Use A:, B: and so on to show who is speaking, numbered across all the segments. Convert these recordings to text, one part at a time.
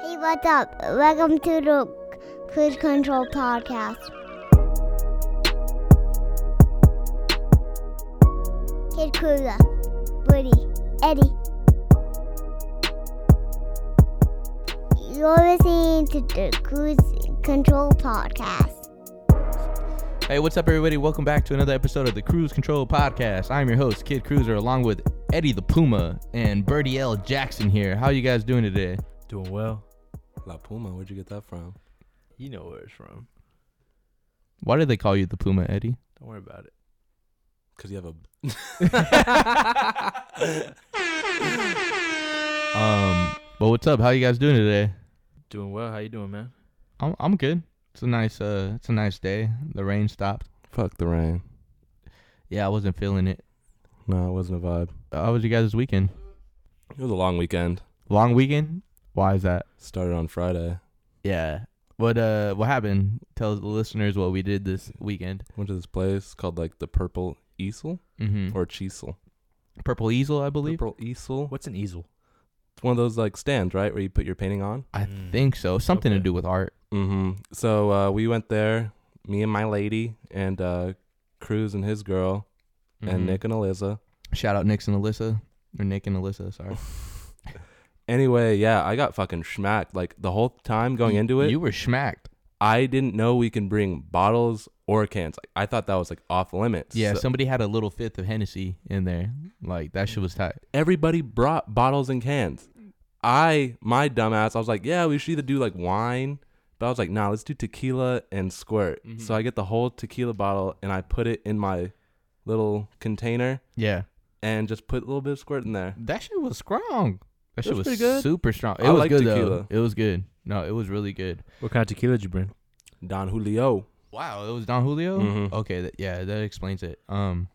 A: Hey, what's up? Welcome to the Cruise Control Podcast. Kid Cruiser, Woody, Eddie. You're listening to the Cruise Control Podcast.
B: Hey, what's up, everybody? Welcome back to another episode of the Cruise Control Podcast. I'm your host, Kid Cruiser, along with Eddie the Puma and Birdie L Jackson here. How you guys doing today?
C: Doing well.
D: La Puma, where'd you get that from?
C: You know where it's from.
B: Why do they call you the Puma, Eddie?
C: Don't worry about it.
D: Because you have a.
B: Um, but what's up? How you guys doing today?
C: Doing well. How you doing, man?
B: I'm I'm good. It's a nice uh, it's a nice day. The rain stopped.
D: Fuck the rain.
B: Yeah, I wasn't feeling it. Uh,
D: No, it wasn't a vibe.
B: How was you guys' weekend?
D: It was a long weekend.
B: Long weekend? Why is that?
D: Started on Friday.
B: Yeah. What uh, what happened? Tell the listeners what we did this weekend.
D: Went to this place called like the Purple Easel
B: Mm-hmm.
D: or Cheesel.
B: Purple Easel, I believe.
D: Purple Easel.
C: What's an easel?
D: It's one of those like stands, right, where you put your painting on.
B: I
C: Mm.
B: think so. Something to
C: Okay.
B: do with art.
D: Mm-hmm. So uh, we went there, me and my lady, and uh, Cruz and his girl,
B: Mhm.
D: and Nick and Eliza.
B: Shout out Nick and Alyssa. Or Nick and Alyssa, sorry.
D: Anyway, yeah, I got fucking smacked. Like the whole time going
B: You-
D: into it,
B: You were smacked.
D: I didn't know we can bring bottles or cans. Like, I thought that was like off limits.
B: Yeah,
D: So
B: somebody had a little fifth of Hennessy in there. Like that shit was tight.
D: everybody brought bottles and cans. I, my dumbass, I was like, yeah, we should either do like wine, but I was like, nah, let's do tequila and squirt.
B: Mm-hmm.
D: So I get the whole tequila bottle and I put it in my little container
B: Yeah.
D: and just put a little bit of squirt in there.
B: That shit was strong. That shit
D: was
B: was,
D: pretty good.
B: super strong. It
D: I
B: was
D: like
B: good
D: tequila.
B: though. It was good. No, it was really good.
C: What kind of tequila did you bring?
D: Don Julio.
B: Wow, it was Don Julio?
D: Mhm.
B: Okay, that, yeah, that explains it. Um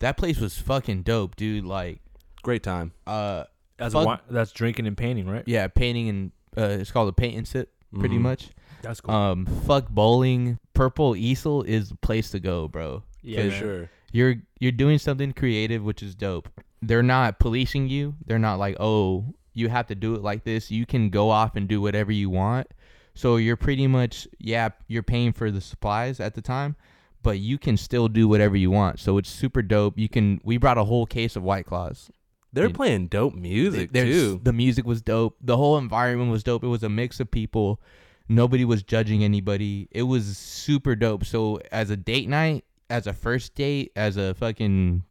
B: that place was fucking dope, dude. Like
D: Great time.
B: uh
C: That's
B: Fuck.
C: wi- that's drinking and painting, right?
B: yeah, painting and uh, it's called a paint and sip pretty
D: Mhm.
B: much.
C: That's
B: Um fuck bowling. Purple Easel is the place to go, bro.
C: yeah,
D: for
C: man.
D: sure.
B: you're you're doing something creative which is dope they're not policing you they're not like oh you have to do it like this you can go off and do whatever you want so you're pretty much yeah you're paying for the supplies at the time but you can still do whatever you want so it's super dope you can we brought a whole case of white claws
D: They're
B: Yeah.
D: playing dope music
B: There's-
D: too.
B: the music was dope the whole environment was dope it was a mix of people nobody was judging anybody it was super dope so as a date night as a first date as a fucking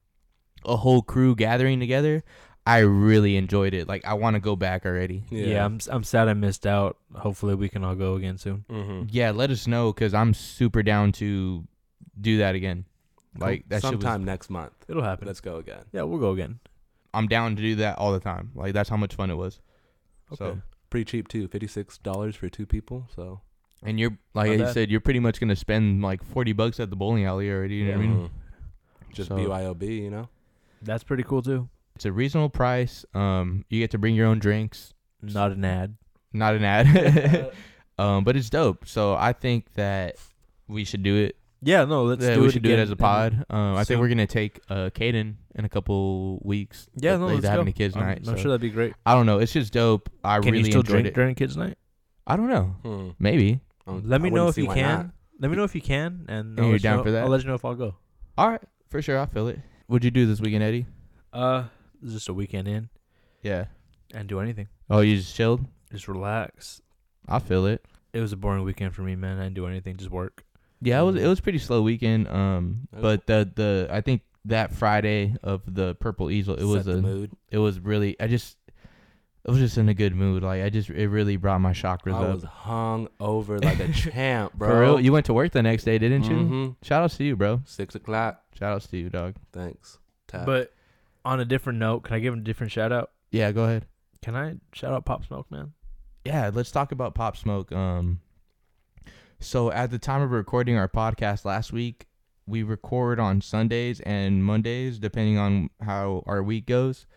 B: a whole crew gathering together i really enjoyed it like i want to go back already
C: Yeah, I'm s- I'm sad I missed out. Hopefully we can all go again soon.
D: mm-hmm.
B: yeah let us know because i'm super down to do that again like that shit was-
D: sometime next month.
C: It'll happen.
D: Let's go again.
C: yeah, we'll go again.
B: i'm down to do that all the time like that's how much fun it was so
C: Okay.
D: Pretty cheap too. Fifty six dollars for two people. So
B: and you're like
C: Not
B: you
C: bad.
B: said you're pretty much gonna spend like 40 bucks at the bowling alley already you know what i mean
D: Mhm. Just
B: So-
D: BYOB, you know?
C: That's pretty cool too.
B: It's a reasonable price. Um, you get to bring your own drinks.
C: Not an ad.
B: Not an ad. um, but it's dope. So I think that we should do it.
C: Yeah, no, let's
B: Yeah,
C: do
B: we
C: it
B: should do
C: again
B: it as a
C: and-
B: pod. Um, I
C: soon.
B: think we're gonna take uh Caden in a couple weeks.
C: Yeah,
B: They-
C: no,
B: they're
C: let's
B: having
C: go.
B: a kids
C: I'm-
B: night.
C: I'm,
B: so-
C: sure that'd be great.
B: I don't know. It's just dope. I
C: Can
B: really
C: you still
B: enjoyed
C: drink
B: it.
C: during kids night?
B: I don't know.
D: Hmm.
B: Maybe.
D: Um,
C: Let me
D: I
C: know
D: wouldn't
C: if
D: see
C: you
D: why
C: can.
D: not.
C: Let me know if you can, and,
B: And
C: I'll
B: you're
C: let you
B: down
C: know-
B: for that?
C: I'll let you know if I'll go.
B: All right, for sure. I feel it. What'd you do this weekend, Eddie?
C: Uh, just a weekend in
B: Yeah.
C: and do anything.
B: Oh, you just chilled.
C: Just relax.
B: I feel it.
C: It was a boring weekend for me, man. I didn't do anything, just work.
B: Yeah, it
D: Mm.
B: was it was pretty slow weekend. Um,
D: That was-
B: but the the I think that Friday of the Purple Easel, it was
D: Set the
B: a
D: mood.
B: it was really I just I was just in a good mood. Like I just it really brought my chakras
D: I
B: up.
D: was hung over like a champ, bro.
B: For real, you went to work the next day, didn't you?
D: Mhm.
B: Shout outs to you, bro.
D: Six o'clock.
B: Shout outs to you, dog.
D: Thanks. Tap.
C: But on a different note, can I give a different shout out?
B: Yeah, go ahead.
C: Can I shout out Pop Smoke, man?
B: Yeah, let's talk about Pop Smoke. Um, so at the time of recording our podcast last week, we record on Sundays and Mondays, depending on how our week goes.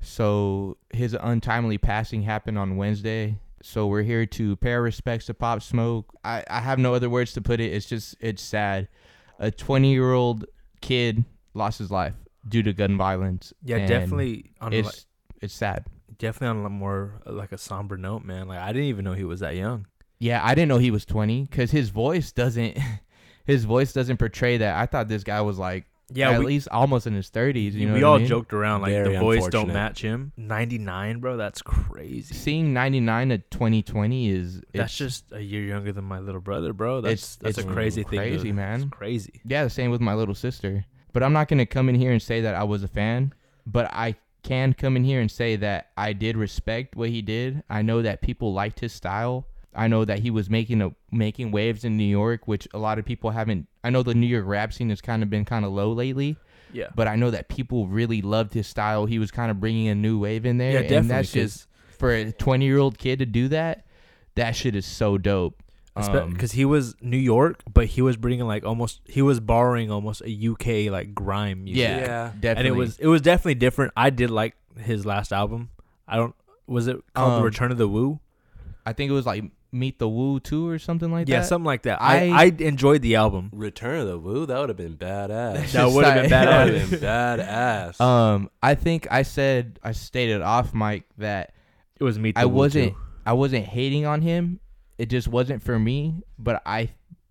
B: So his untimely passing happened on Wednesday. So we're here to pay our respects to Pop Smoke. I, I have no other words to put it. It's just it's sad. A twenty year old kid lost his life due to gun violence.
C: Yeah,
B: and
C: definitely. On a,
B: It's it's sad.
C: li- definitely on a more uh, like a somber note, man. Like I didn't even know he was that young.
B: Yeah, I didn't know he was 20 because his voice doesn't, his voice doesn't portray that. I thought this guy was like,
C: Yeah,
B: at
C: we,
B: least almost in his 30s. You know,
C: we
B: what I
C: all
B: mean?
C: joked around like
D: Very
C: the voice don't
D: unfortunate.
C: match him. Ninety nine, bro. That's crazy.
B: Seeing 99 to 2020 is
C: that's
B: it's-
C: just a year younger than my little brother, bro. That's
B: It's-
C: that's
B: it's
C: a crazy thing.
B: crazy,
C: dude.
B: man.
C: It's crazy.
B: Yeah, the same with my little sister. But I'm not gonna come in here and say that I was a fan. But I can come in here and say that I did respect what he did. I know that people liked his style. I know that he was making a making waves in New York, which a lot of people haven't. I know the New York rap scene has kind of been kind of low lately,
C: Yeah.
B: but I know that people really loved his style. He was kind of bringing a new wave in there,
C: yeah,
B: and
C: definitely.
B: that's
C: 'cause-
B: just for a 20 year old kid to do that. That shit is so dope. Um,
C: because he was New York, but he was bringing like almost he was borrowing almost a UK like grime music.
B: yeah,
D: Yeah.
B: definitely.
C: and it was it was definitely different. I did like his last album. I don't was it called
B: Um,
C: The Return of the Woo?
B: I think it was like Meet the Woo too or something like
C: yeah,
B: that.
C: something like that. I, I
B: I-
C: enjoyed the album.
D: Return of the Woo, that would have been badass.
C: That would have been
D: that would
C: badass.
D: have been badass.
B: Um, I think I said I stated off mic that
C: It was me.
B: I wasn't I wasn't hating on him. It just wasn't for me. But I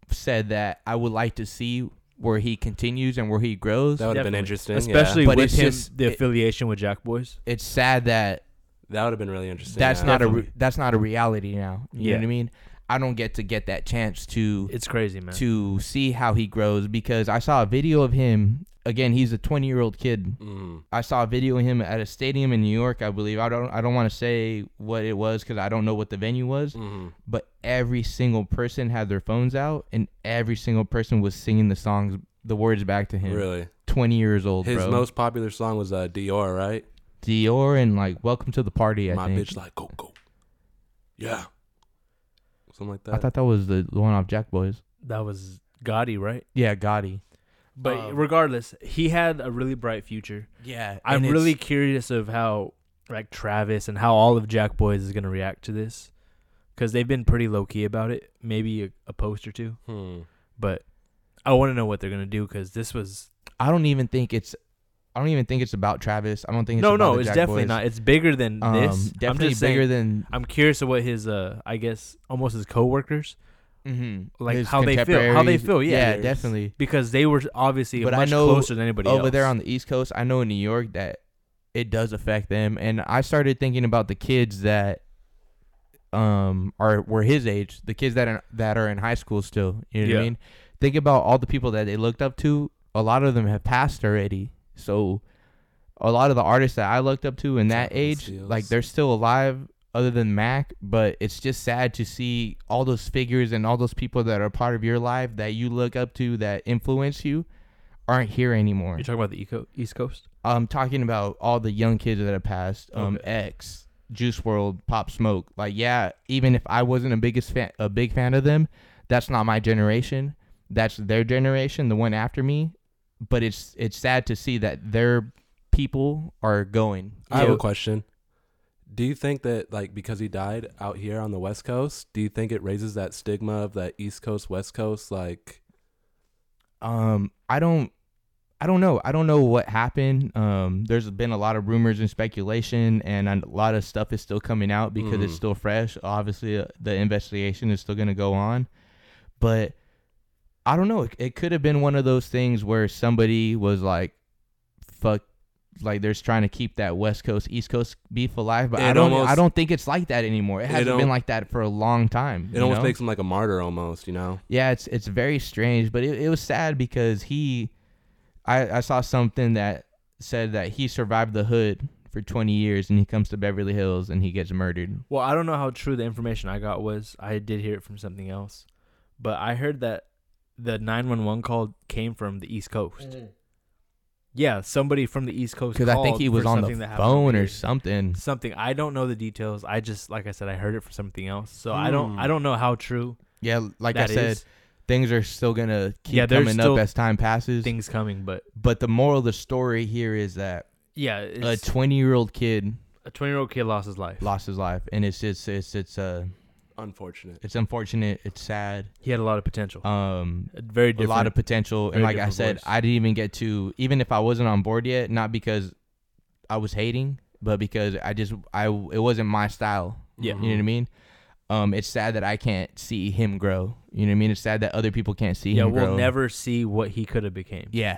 B: said that I would like to see where he continues and where he grows.
D: that would have been
C: definitely.
D: interesting.
C: especially
D: yeah.
B: But
C: with
B: it's
C: him
B: just-
C: the
B: it-
C: affiliation with Jack Boys.
B: it's sad that
D: that would have been really interesting.
B: that's
D: yeah.
B: not a re-
C: Definitely.
B: that's not a reality now. You know
C: Yeah.
B: what I mean? I don't get to get that chance to
C: It's crazy, man.
B: to see how he grows because I saw a video of him. Again, he's a 20 year old kid
D: Mm.
B: I saw a video of him at a stadium in New York, I believe. I don't I don't want to say what it was cuz I don't know what the venue was,
D: Mhm.
B: but every single person had their phones out and every single person was singing the songs the words back to him.
D: Really,
B: 20 years old,
D: his
B: bro.
D: most popular song was uh, Dior, right?
B: Dior and like Welcome to the Party, I
D: My
B: think.
D: bitch like go go, yeah, something like that.
B: I thought that was the the one off Jack Boys.
C: that was Gotti, right?
B: Yeah, Gotti.
C: But
B: Um,
C: regardless, he had a really bright future.
B: Yeah.
C: I'm really curious of how like Travis and how all of Jack Boys is gonna react to this, because they've been pretty low key about it. Maybe a, a post or two,
D: hmm.
C: but I want to know what they're gonna do because this was
B: I don't even think it's I don't even think it's about Travis. I don't think it's
C: no,
B: about
C: no.
B: the
C: It's
B: Jack
C: definitely
B: Boys.
C: not. It's bigger than
B: Um,
C: this.
B: definitely
C: I'm just
B: bigger
C: saying,
B: than
C: I'm curious of what his uh, I guess almost his coworkers
B: mm-hmm,
C: like how they feel, how they feel. Yeah,
B: yeah definitely.
C: Because they were obviously
B: But I
C: much
B: know
C: closer than anybody
B: over
C: else.
B: there on the East Coast, I know in New York that it does affect them, and I started thinking about the kids that um are were his age, the kids that are, that are in high school still. You know what
C: Yeah.
B: I mean? Think about all the people that they looked up to. A lot of them have passed already, so a lot of the artists that I looked up to in that
D: Jack and
B: age,
D: Seals.
B: like they're still alive. Other than Mac, but it's just sad to see all those figures and all those people that are part of your life that you look up to that influence you aren't here anymore.
C: You're talking about the eco- East Coast.
B: I'm talking about all the young kids that have passed. Um,
C: Okay.
B: X, Juice World, Pop Smoke. Like, yeah, even if I wasn't a biggest fan, a big fan of them, that's not my generation. That's their generation, the one after me. But it's it's sad to see that their people are going.
D: I have a
B: So,
D: question. Do you think that like because he died out here on the West Coast, do you think it raises that stigma of that East Coast West Coast like
B: um, I don't. I don't know. I don't know what happened. Um, there's been a lot of rumors and speculation, and a lot of stuff is still coming out because it's
D: Mhm.
B: still fresh. Obviously, uh, the investigation is still going to go on, but I don't know. It, it could have been one of those things where somebody was like, "Fuck." Like they're trying to keep that West Coast East Coast beef alive, but I
D: It
B: don't. I
D: almost-
B: don't think it's like that anymore. It hasn't
D: al-
B: been like that for a long time.
D: it
B: you
D: almost
B: know?
D: makes him like a martyr almost, you know?
B: yeah, it's it's very strange, but it, it was sad because he, I I saw something that said that he survived the hood for 20 years and he comes to Beverly Hills and he gets murdered.
C: Well, I don't know how true the information I got was. I did hear it from something else, but I heard that the 911 call came from the East Coast.
B: Mm.
C: Yeah, somebody from the East Coast.
B: Because I think
C: called
B: he was
C: for
B: on
C: something
B: the
C: that happened
B: phone
C: over
B: or
C: here.
B: something.
C: something. I don't know the details. I just, like I said, I heard it from something else. So I don't,
D: Hmm.
C: I don't know how true.
B: Yeah, like
C: that
B: I said,
C: is.
B: things are still gonna keep
C: Yeah, there's
B: coming
C: still
B: up as time passes.
C: things coming, but
B: but the moral of the story here is that
C: yeah,
B: a
C: it's,
B: 20 year old kid
C: a 20 year old kid lost his life.
B: lost his life, and it's it's it's it's uh
D: Unfortunate.
B: it's unfortunate. It's sad.
C: He had a lot of potential.
B: Um,
C: a very different.
B: a lot of potential.
C: very
B: And like I
C: different
B: said,
C: voice.
B: I didn't even get to, even if I wasn't on board yet, not because I was hating. but because I just I it wasn't my style.
C: Yeah.
B: You know what I mean? Um, it's sad that I can't see him grow. You know what I mean? It's sad that other people can't see
C: yeah,
B: him
C: we'll
B: grow.
C: never see what he could have became.
B: Yeah.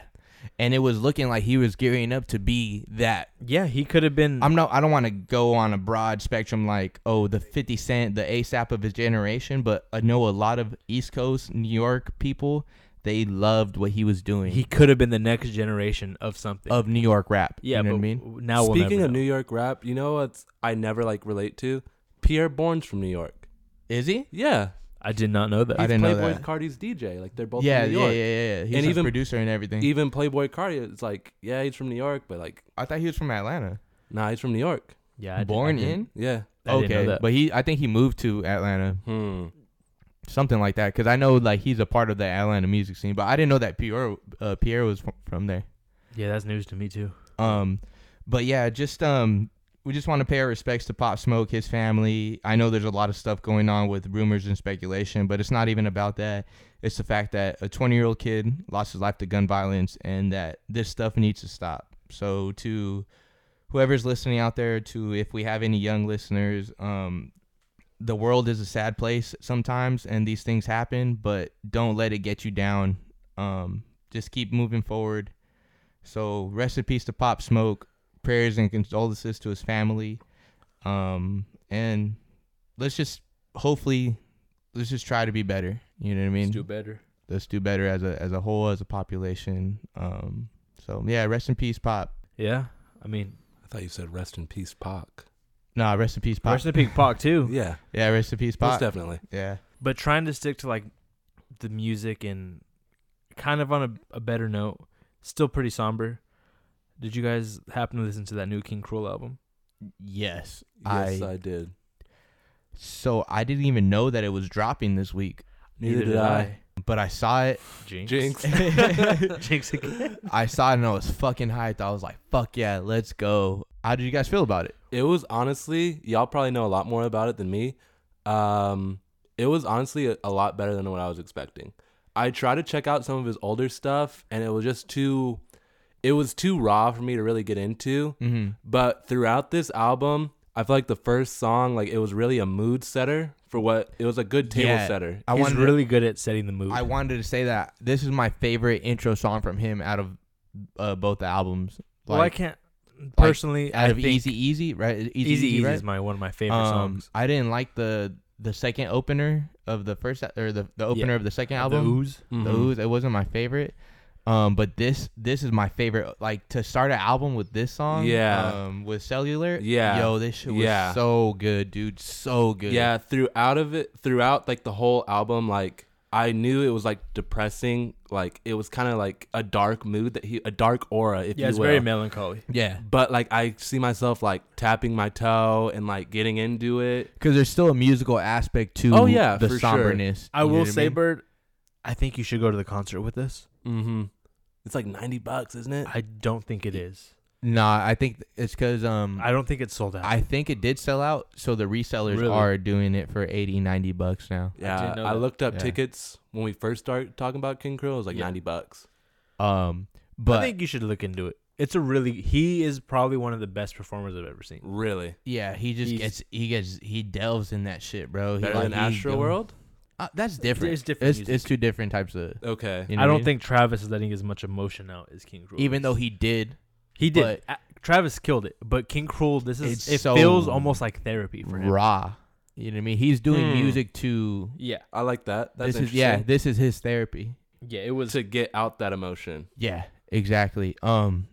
B: And it was looking like he was gearing up to be that.
C: Yeah, he could have been.
B: I'm no I don't want to go on a broad spectrum like, oh, the 50 Cent, the ASAP of his generation, but I know a lot of East Coast New York people, they loved what he was doing
C: he could have been the next generation of something.
B: of New York rap.
C: yeah,
B: you know
C: but
B: what I mean?
C: w- now we'll
D: Speaking
C: never
D: of
C: know.
D: New York rap, you know what I never like relate to? Pierre Bourne's from New York.
B: Is he?
D: Yeah,
C: I did not know that.
B: I
D: he's
B: didn't know
D: Playboy
B: that.
D: Cardi's DJ. Like they're both
B: yeah,
D: from New
B: yeah, yeah,
D: York.
B: yeah, yeah. He's
D: And
B: a
D: even-
B: producer and everything.
D: Even Playboy Cardi, it's like yeah, he's from New York, but like
B: E- I thought he was from Atlanta.
D: nah, he's from New York.
C: yeah, I did- I
B: Born
C: didn't-
B: in?
D: Yeah.
C: I didn't know
B: okay,
C: that.
B: but he I think he moved to Atlanta,
D: Hmm.
B: something like that cuz I know like he's a part of the Atlanta music scene, but I didn't know that Pierre uh, Pierre was from, from there.
C: Yeah, that's news to me too.
B: Um, but yeah, just um, we just want to pay our respects to Pop Smoke, his family. I know there's a lot of stuff going on with rumors and speculation, but it's not even about that. It's the fact that a 20 year old kid lost his life to gun violence, and that this stuff needs to stop. So to whoever's listening out there, to if we have any young listeners, um. The world is a sad place sometimes, and these things happen. But don't let it get you down. Um, just keep moving forward. So rest in peace to Pop Smoke. Prayers and condolences to his family. Um, and let's just hopefully let's just try to be better. You know what I mean?
D: better.
B: let's do better as a as a whole as a population. Um, so yeah, rest in peace, Pop.
C: Yeah, I mean,
D: I thought you said rest in peace, Pac.
B: Nah, rest in peace, Pop.
C: Person Peak Park too.
D: Yeah,
B: yeah, rest in peace,
D: most
B: Pop.
D: definitely.
B: Yeah,
C: But trying to stick to like the music and kind of on a, a better note. Still pretty somber. Did you guys happen to listen to that new King Cruel album?
B: yes,
D: Yes,
B: I.
D: I did.
B: So I didn't even know that it was dropping this week,
D: Neither, did I.
B: but I saw it.
C: Jinx.
D: Jinx.
C: Jinx again.
B: I saw it and I was fucking hyped. I was like, "Fuck yeah, let's go!" How did you guys feel about it?
D: It was honestly, y'all probably know a lot more about it than me. Um, it was honestly a, a lot better than what I was expecting. I tried to check out some of his older stuff, and it was just too, it was too raw for me to really get into.
B: Mm-hmm.
D: But throughout this album, I feel like the first song, like it was really a mood setter for what it was a good table
B: Yeah.
D: setter.
B: I
C: He's
B: wanted
C: really good at setting the mood.
B: I wanted to say that this is my favorite intro song from him out of uh, both the albums.
C: well, I can't personally.
B: out
C: I
B: of
C: think
B: Easy Easy, right? Easy
C: Easy Easy
B: right?
C: is my one of my favorite
B: um,
C: songs.
B: I didn't like the the second opener of the first or the, the opener of the second album.
C: The Ooze.
B: The
D: Mhm.
B: Ooze, It wasn't my favorite. Um, but this this is my favorite. Like to start an album with this song,
D: Yeah.
B: Um, with Cellular,
D: Yeah.
B: Yo, this shit was
D: Yeah.
B: so good, dude. So good.
D: Yeah, throughout of it, throughout like the whole album, like I knew it was like depressing. Like it was kind of like a dark mood that he, a dark aura, if
C: Yeah,
D: you
C: it's
D: will.
C: very melancholy.
B: yeah.
D: but like I see myself like tapping my toe and like getting into it.
B: Because there's still a musical aspect to
D: Oh, yeah,
B: the
D: for sure.
B: somberness.
C: I
B: you know
C: will
B: what
C: say,
B: mean?
C: Bird, I think you should go to the concert with us.
D: Mm-hmm. It's like ninety bucks, isn't it?
C: I don't think it is.
B: Nah, I think it's because um
C: I
B: I,
C: don't think it's sold out.
B: think it did sell out, so the resellers
D: Really?
B: are doing it for 80, 90 bucks now.
D: yeah,
C: didn't know
D: I,
C: that.
D: looked up
B: Yeah.
D: tickets when we first started talking about King Krill. It was like
C: Yeah.
D: ninety bucks.
B: Um, but
C: I think you should look into it. It's a really he is probably one of the best performers I've ever seen.
D: Really
B: yeah, he just
C: He's-
B: gets he gets he delves in that shit, bro. He,
D: better
B: like,
D: than
B: he
D: Astro
B: go-
D: World?
B: Uh, that's different.
C: It's different
B: It's,
C: music.
B: it's two different types of.
D: Okay.
B: you know
C: I
B: what
C: don't
B: mean?
C: think Travis is letting as much emotion out as King Cruel.
B: even
C: is.
B: though he did
C: he did,
B: but-
C: uh, Travis killed it. But King Cruel, this is
B: It's
C: it
B: so
C: feels almost like therapy for him.
B: raw, you know what I mean. He's doing
D: Hmm.
B: music to.
C: Yeah,
D: I like that.
B: this
D: That's
B: is
D: interesting.
B: yeah. This is his therapy.
C: yeah, it was.
D: to get out that emotion.
B: Yeah, exactly. Um,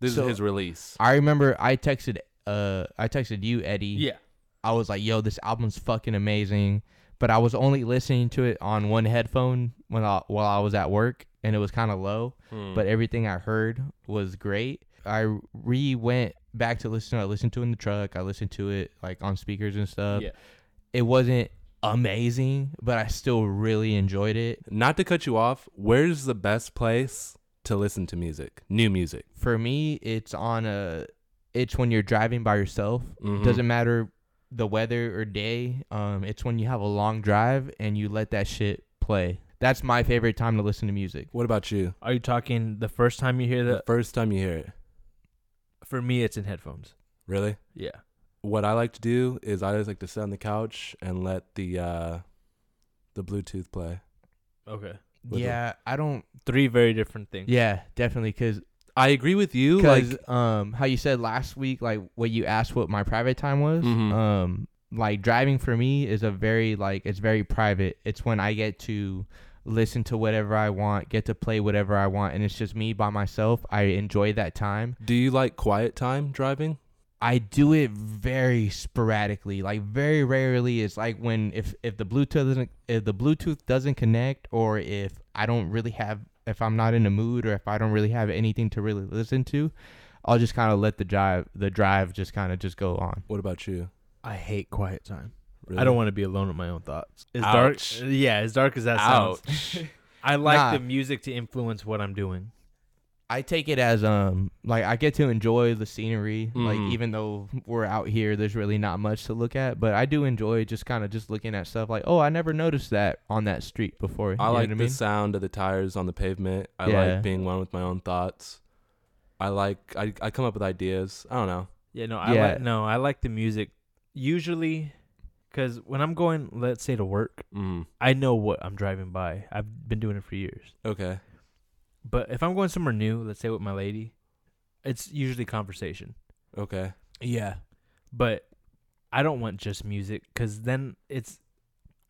D: This
B: So-
D: is his release.
B: I remember I texted uh I texted you Eddie.
C: Yeah,
B: I was like, yo, this album's fucking amazing. But I was only listening to it on one headphone when I, while I was at work, and it was kind of low.
D: Hmm.
B: But everything I heard was great. I re went back to listen. I listened to it in the truck. I listened to it like on speakers and stuff.
C: Yeah.
B: It wasn't amazing, but I still really enjoyed it.
D: not to cut you off, where's the best place to listen to music? New music.
B: For me, it's on a. It's when you're driving by yourself.
D: Mhm.
B: Doesn't matter the weather or day. Um, it's when you have a long drive and you let that shit play. That's my favorite time to listen to music.
D: What about you?
C: are you talking the first time you hear
D: The
C: that?
D: first time you hear it.
C: For me, it's in headphones.
D: Really?
C: Yeah.
D: What I like to do is I just like to sit on the couch and let the uh the Bluetooth play.
C: Okay.
D: With the- Mm-hmm.
B: yeah, I don't.
C: Three very different things.
B: Yeah, definitely, because
D: I agree with you. Like
B: because um how you said last week like what you asked what my private time was
D: Mhm.
B: um like driving for me is a very like it's very private it's when i get to listen to whatever i want get to play whatever i want and it's just me by myself i enjoy that time
D: do you like quiet time driving?
B: i do it very sporadically like very rarely it's like when if if the bluetooth doesn't if the bluetooth doesn't connect or if i don't really have if i'm not in the mood or if i don't really have anything to really listen to i'll just kind of let the drive the drive just kind of just go on
D: What about you?
C: I hate quiet time.
D: Really?
C: I don't want to be alone with my own thoughts. As
D: Ouch.
C: dark, yeah, as dark as that sounds.
D: Ouch.
C: I like
B: Nah.
C: the music to influence what I'm doing.
B: i take it as um like i get to enjoy the scenery like
D: Mhm.
B: even though we're out here there's really not much to look at but i do enjoy just kind of just looking at stuff like oh i never noticed that on that street before
D: I
B: You know
D: like
B: what
D: the sound of the tires on the pavement. I
B: Yeah.
D: like being one with my own thoughts. I like I, I come up with ideas. I don't know.
C: Yeah, no, I
B: Yeah.
C: like no, I like the music usually cuz when I'm going let's say to work,
D: Mm.
C: I know what I'm driving by. I've been doing it for years.
D: Okay.
C: But if I'm going somewhere new, let's say with my lady, it's usually conversation.
D: Okay.
C: Yeah. But I don't want just music because then it's,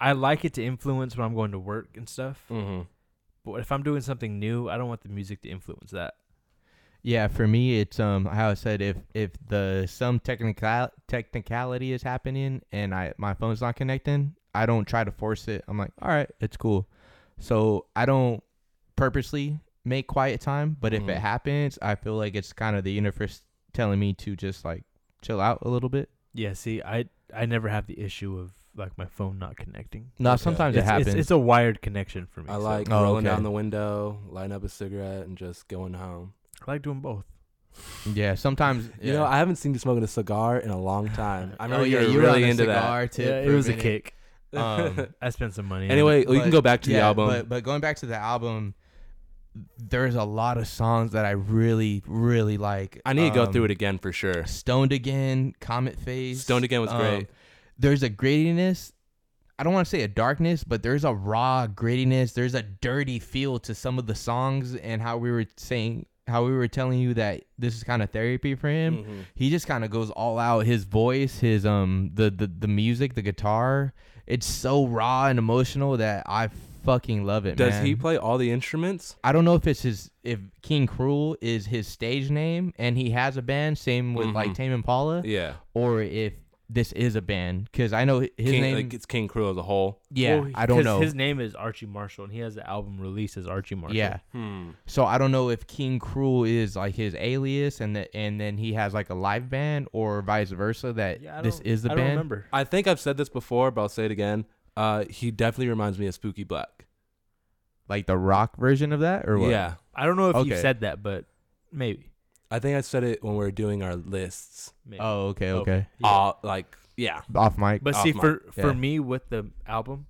C: I like it to influence when I'm going to work and stuff.
B: Mm.
D: Mm-hmm.
C: But if I'm doing something new, I don't want the music to influence that.
B: Yeah, for me, it's um how I said if if the some technical technicality is happening and I my phone's not connecting, I don't try to force it. I'm like, all right, it's cool. So I don't purposely make quiet time, but if
D: Mhm.
B: it happens, I feel like it's kind of the universe telling me to just like chill out a little bit.
C: Yeah. See, I, I never have the issue of like my phone not connecting.
B: No,
D: Okay.
B: sometimes it
C: It's-
B: happens.
C: It's, it's a wired connection for me.
D: I
C: so
D: like
B: Oh,
D: rolling
B: okay.
D: down the window, lighting up a cigarette, and just going home.
C: I like doing both.
B: yeah, Oh, sometimes
D: You know, I haven't seen you smoking a cigar in a long time. I
B: am
D: remember you were Oh, really into
C: Yeah, it was a kick.
D: that.
B: Um,
C: I spent some money. on it.
D: anyway, we
B: but-
D: can go back to the
B: yeah,
D: album.
B: But, but going back to the album, there's a lot of songs that I really, really like. Um,
D: I need to go through it again for sure.
B: Stoned Again, Comet Phase.
D: Stoned Again was great.
B: There's a grittiness. I don't want to say a darkness, but there's a raw grittiness. There's a dirty feel to some of the songs and how we were saying, how we were telling you that this is kind of therapy for him
D: Mhm.
B: he just kind of goes all out his voice his um the, the the music the guitar it's so raw and emotional that i fucking love it
D: Does
B: man.
D: he play all the instruments?
B: i don't know if it's his if king cruel is his stage name and he has a band same with like
D: Mhm.
B: tame impala
D: Yeah.
B: or if this is a band because i know his
D: King,
B: name
D: like it's King Crew as a whole.
B: yeah
C: Well,
B: i don't
C: 'cause
B: know
C: His name is Archie Marshall, and he has the album released as Archie Marshall.
B: yeah
D: Hmm.
B: so i don't know if king cruel is like his alias and that and then he has like a live band or vice versa that
C: Yeah, I
B: this
C: don't-
B: is the
C: I
B: band
C: don't remember.
D: I think I've said this before, but I'll say it again. Uh, he definitely reminds me of Spooky Black.
B: like the rock version of that or what
D: Yeah,
C: I don't know if you
B: Okay.
C: said that, but maybe.
D: I think I said it when we were doing our lists.
C: maybe.
B: Oh, okay,
C: Okay.
B: okay.
C: Yeah.
D: Uh, like yeah,
B: Off mic.
C: but
D: off
C: see,
D: mic,
C: for for
B: yeah.
C: me with the album,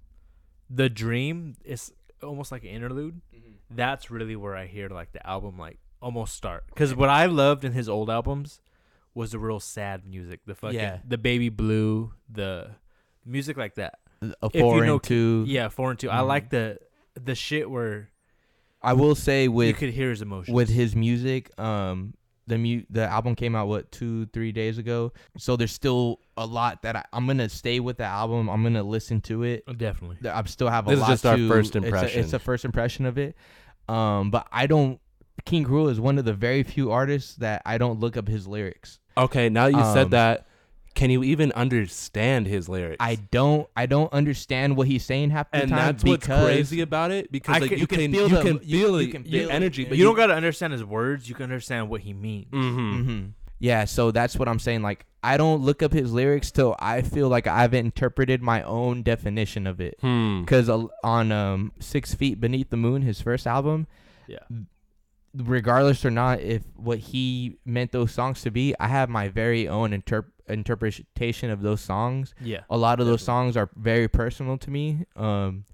C: the dream is almost like an interlude.
D: Mm-hmm.
C: That's really where I hear like the album like almost start. Because what I loved in his old albums was the real sad music, the fucking
B: Yeah.
C: the baby blue, the music like that.
B: a
C: if you
B: four
C: know
B: and two.
C: Yeah, four and 2 I
B: Mhm.
C: like the the shit where
B: I will say
C: you
B: with
C: could hear his emotions
B: with his music, um, the mu- the album came out what two three days ago. So there's still a lot that I, I'm gonna stay with the album. I'm gonna listen to it.
C: Oh, definitely.
B: I still have a
D: This is
B: lot.
D: just our
B: to-
D: first
B: it's a- It's a,
D: impression.
B: first impression of it. Um, but I don't. King Cruel is one of the very few artists that I don't look up his lyrics.
D: Okay, now that you
B: Um,
D: said that, can you even understand his lyrics?
B: I don't. I don't understand what he's saying half the
D: and
B: time
D: that's what's
B: because
D: crazy about it because
C: I
D: like
C: can-
D: you, can,
B: feel
D: you
B: the-
D: can
B: you-
D: feel
B: you
D: it,
B: can
D: the
B: feel it,
D: energy, but
C: you, don't got to understand his words. You can understand what he means.
D: Mm-hmm.
B: hmm Yeah, so that's what I'm saying. Like, I don't look up his lyrics till I feel like I've interpreted my own definition of it.
D: Hmm.
B: Because on um, Six Feet Beneath the Moon, his first album,
C: Yeah.
B: regardless or not if what he meant those songs to be, I have my very own interp- interpretation of those songs
C: Yeah.
B: a lot of those songs are very personal to me. Um,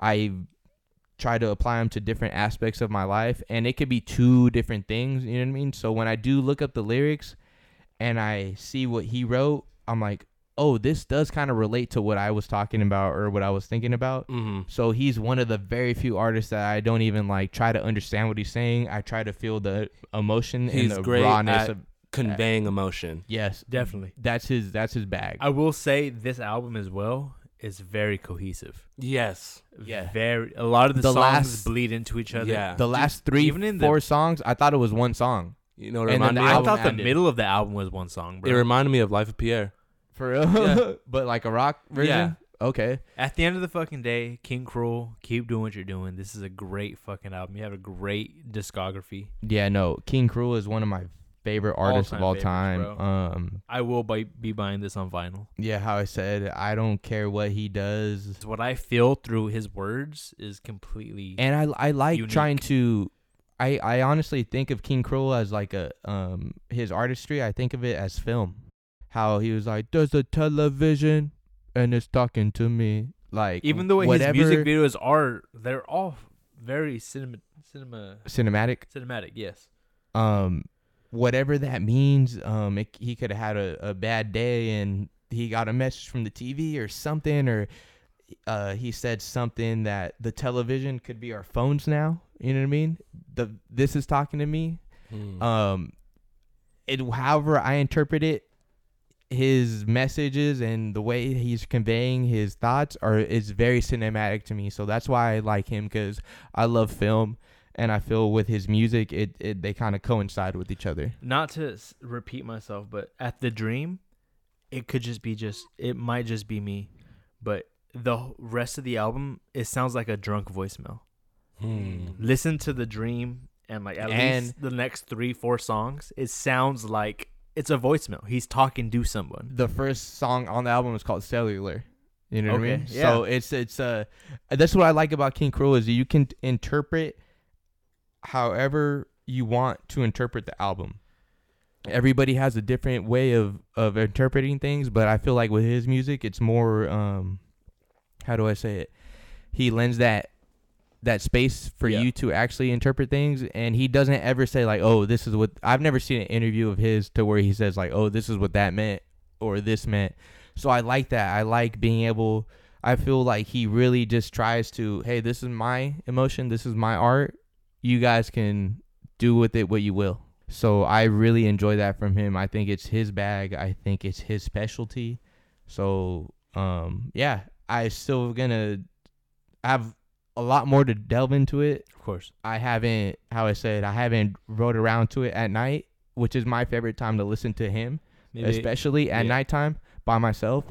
B: I try to apply them to different aspects of my life, and it could be two different things. You know what I mean? So when I do look up the lyrics, and I see what he wrote, I'm like, oh, this does kind of relate to what I was talking about or what I was thinking about.
D: Mm-hmm.
B: So he's one of the very few artists that I don't even like try to understand what he's saying. I try to feel the emotion and
D: He's
B: the
D: great
B: rawness
D: at-
B: of
D: Conveying emotion.
B: yes,
C: Definitely.
B: that's his that's his bag.
C: I will say this album as well is very cohesive.
D: Yes.
B: Yeah.
C: Very a lot of the,
B: The
C: songs
B: last-
C: bleed into each other.
D: Yeah.
B: the last three,
C: even in the-
B: four songs, I thought it was one song.
D: You know, what it
B: And then
D: reminded
B: the
D: me
C: I
D: of?
B: album
C: thought the
B: ended.
C: middle of the album was one song,
D: It
C: bro.
D: reminded me of Life of Pierre.
B: For real?
D: Yeah.
B: but like a rock version?
D: Yeah.
B: Okay.
C: At the end of the fucking day, King Cruel, keep doing what you're doing. This is a great fucking album. You have a great discography.
B: Yeah, no. King Cruel is one of my favorite artists
C: All-time
B: of all
C: favorites,
B: time.
C: bro.
B: Um
C: I will buy, be buying this on vinyl.
B: yeah, how I said I don't care what he does.
C: It's what I feel through his words is completely.
B: And I I like
C: Unique.
B: trying to I I honestly think of King Cruel as like a um his artistry, I think of it as film. How he was like there's a television and it's talking to me. Like
C: even though his
B: whatever
C: music videos are, they're all very cinema, cinema,
B: cinematic
C: cinematic. Yes.
B: um whatever that means um it, he could have had a, a bad day and he got a message from the tv or something or uh he said something that the television could be our phones now you know what i mean the this is talking to me
D: Mm. Uh,
B: um it however i interpret it his messages and the way he's conveying his thoughts are is very cinematic to me so that's why i like him because i love film and i feel with his music it, it they kind of coincide with each other
C: Not to s- repeat myself, but at the dream, it could just be just. It might just be me, but the wh- rest of the album, it sounds like a drunk voicemail.
D: hmm.
C: listen to the dream and like at
B: And-
C: least the next three four songs it sounds like it's a voicemail he's talking to someone
B: the first song on the album is called cellular you know what i
C: Okay,
B: mean so it's it's uh that's what i like about king cruel is you can interpret however you want to interpret the album everybody has a different way of of interpreting things but i feel like with his music it's more um how do i say it he lends that that space for
C: Yeah.
B: you to actually interpret things and he doesn't ever say like oh this is what i've never seen an interview of his to where he says like oh this is what that meant or this meant so i like that i like being able i feel like he really just tries to hey this is my emotion this is my art you guys can do with it what you will so i really enjoy that from him i think it's his bag i think it's his specialty so um yeah i still gonna have a lot more to delve into it
C: of course
B: i haven't how i said i haven't rode around to it at night which is my favorite time to listen to him especially at
C: yeah.
B: nighttime by myself.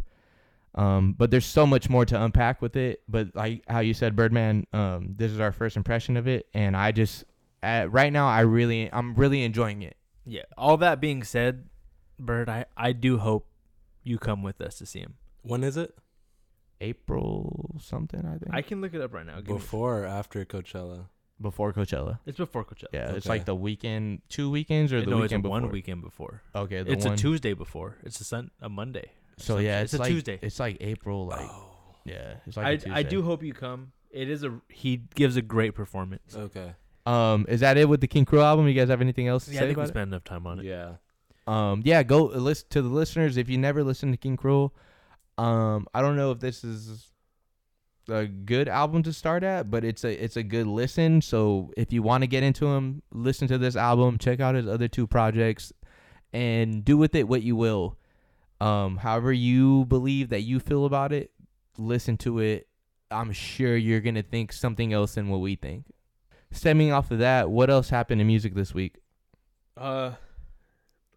B: Um, but there's so much more to unpack with it. But like how you said, Birdman, um, this is our first impression of it, and I just uh right now I really I'm really enjoying it.
C: yeah all that being said bird i i do hope you come with us to see him
D: When is it?
B: April something I think
C: i can look it up right now Give me-
D: Before or after Coachella?
B: before Coachella.
C: it's before coachella
B: Yeah, it's
D: Okay.
B: like the weekend, two weekends or the
C: no, it's
B: weekend before.
C: one weekend before
B: Okay, the
C: it's
B: one.
C: a Tuesday before it's a sun a Monday
B: So yeah,
C: It's
B: it's,
C: a
B: like,
C: Tuesday. Oh.
B: It's like April, like yeah, it's like a
C: I, I
B: Tuesday.
C: do hope you come it is a he gives a great
B: Uh,
C: performance
D: Okay.
B: Um, is that it with the King Crew album? You guys have anything else to
C: yeah I
B: say
C: think we
B: about it?
C: spent enough time on it
D: Yeah.
B: um yeah go listen to the listeners if you never listened to king cruel um i don't know if this is a good album to start at but it's a it's a good listen so if you want to get into him listen to this album check out his other two projects and do with it what you will um however you believe that you feel about it listen to it i'm sure you're gonna think something else than what we think stemming off of that what else happened in music this week
C: uh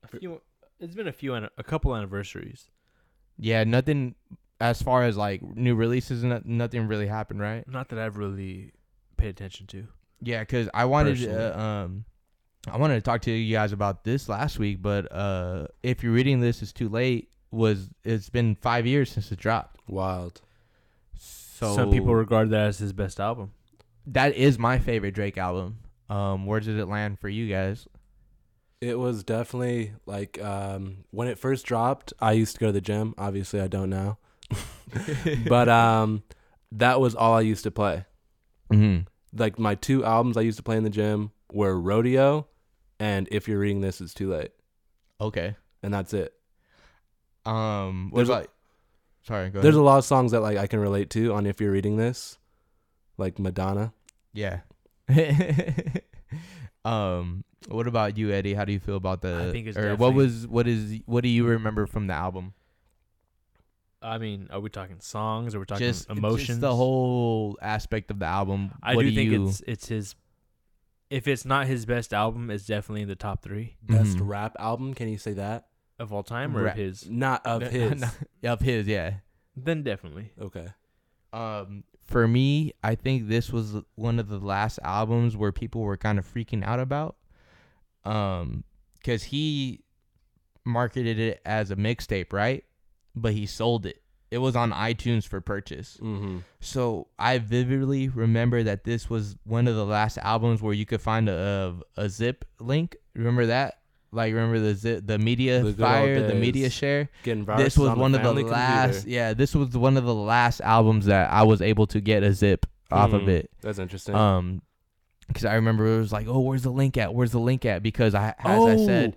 C: a few it's been a few an- a couple anniversaries
B: Yeah, nothing as far as like new releases and noth- nothing really happened, right?
C: Not that I've really paid attention to.
B: Yeah, cuz I wanted
D: Personally.
B: uh, um I wanted to talk to you guys about this last week, but uh if you're reading this it's too late was it's been 5 years since it dropped.
D: Wild.
B: So
C: Some people regard that as his best album.
B: that is my favorite Drake album. Um where did it land for you guys?
D: It was definitely like um, when it first dropped. I used to go to the gym. Obviously, I don't now, but um, that was all I used to play.
B: Mhm.
D: Like my two albums I used to play in the gym were Rodeo and If You're Reading This, It's Too Late.
B: Okay.
D: and that's it.
B: Um, what
D: There's a-
B: about? sorry, go ahead.
D: There's a lot of songs that like I can relate to on if you're reading this, like Madonna.
B: yeah. um, what about you, Eddie? How do you feel about the?
C: I think it's
B: or
C: definitely-
B: what was what is what do you remember from the album?
C: I mean, are we talking songs? Are we talking
B: just
C: emotions?
B: just the whole aspect of the album.
C: I
B: what
C: do think
B: you,
C: it's it's his. If it's not his best album, it's definitely in the top three
D: Best
B: Mhm.
D: rap album, can you say that?
C: of all time, or
B: Ra-
C: of his.
D: Not of
B: No,
D: his.
B: no, of his, yeah.
C: Then definitely.
D: Okay.
B: Um, for me, I think this was l- one of the last albums where people were kind of freaking out about, um, because he marketed it as a mixtape, right? But he sold it. It was on iTunes for purchase.
D: Mm-hmm.
B: So I vividly remember that this was one of the last albums where you could find a a, a zip link. Remember that? Like remember the zip, the media
D: The good old
B: fire, the media
D: days.
B: share
D: Getting viruses
B: this was
D: on
B: one
D: the
B: of the
D: family
B: last
D: computer.
B: yeah this was one of the last albums that i was able to get a zip off of
D: Hmm,
B: it
D: That's interesting.
B: um because i remember it was like oh where's the link at where's the link at because i as i
D: Oh,
B: said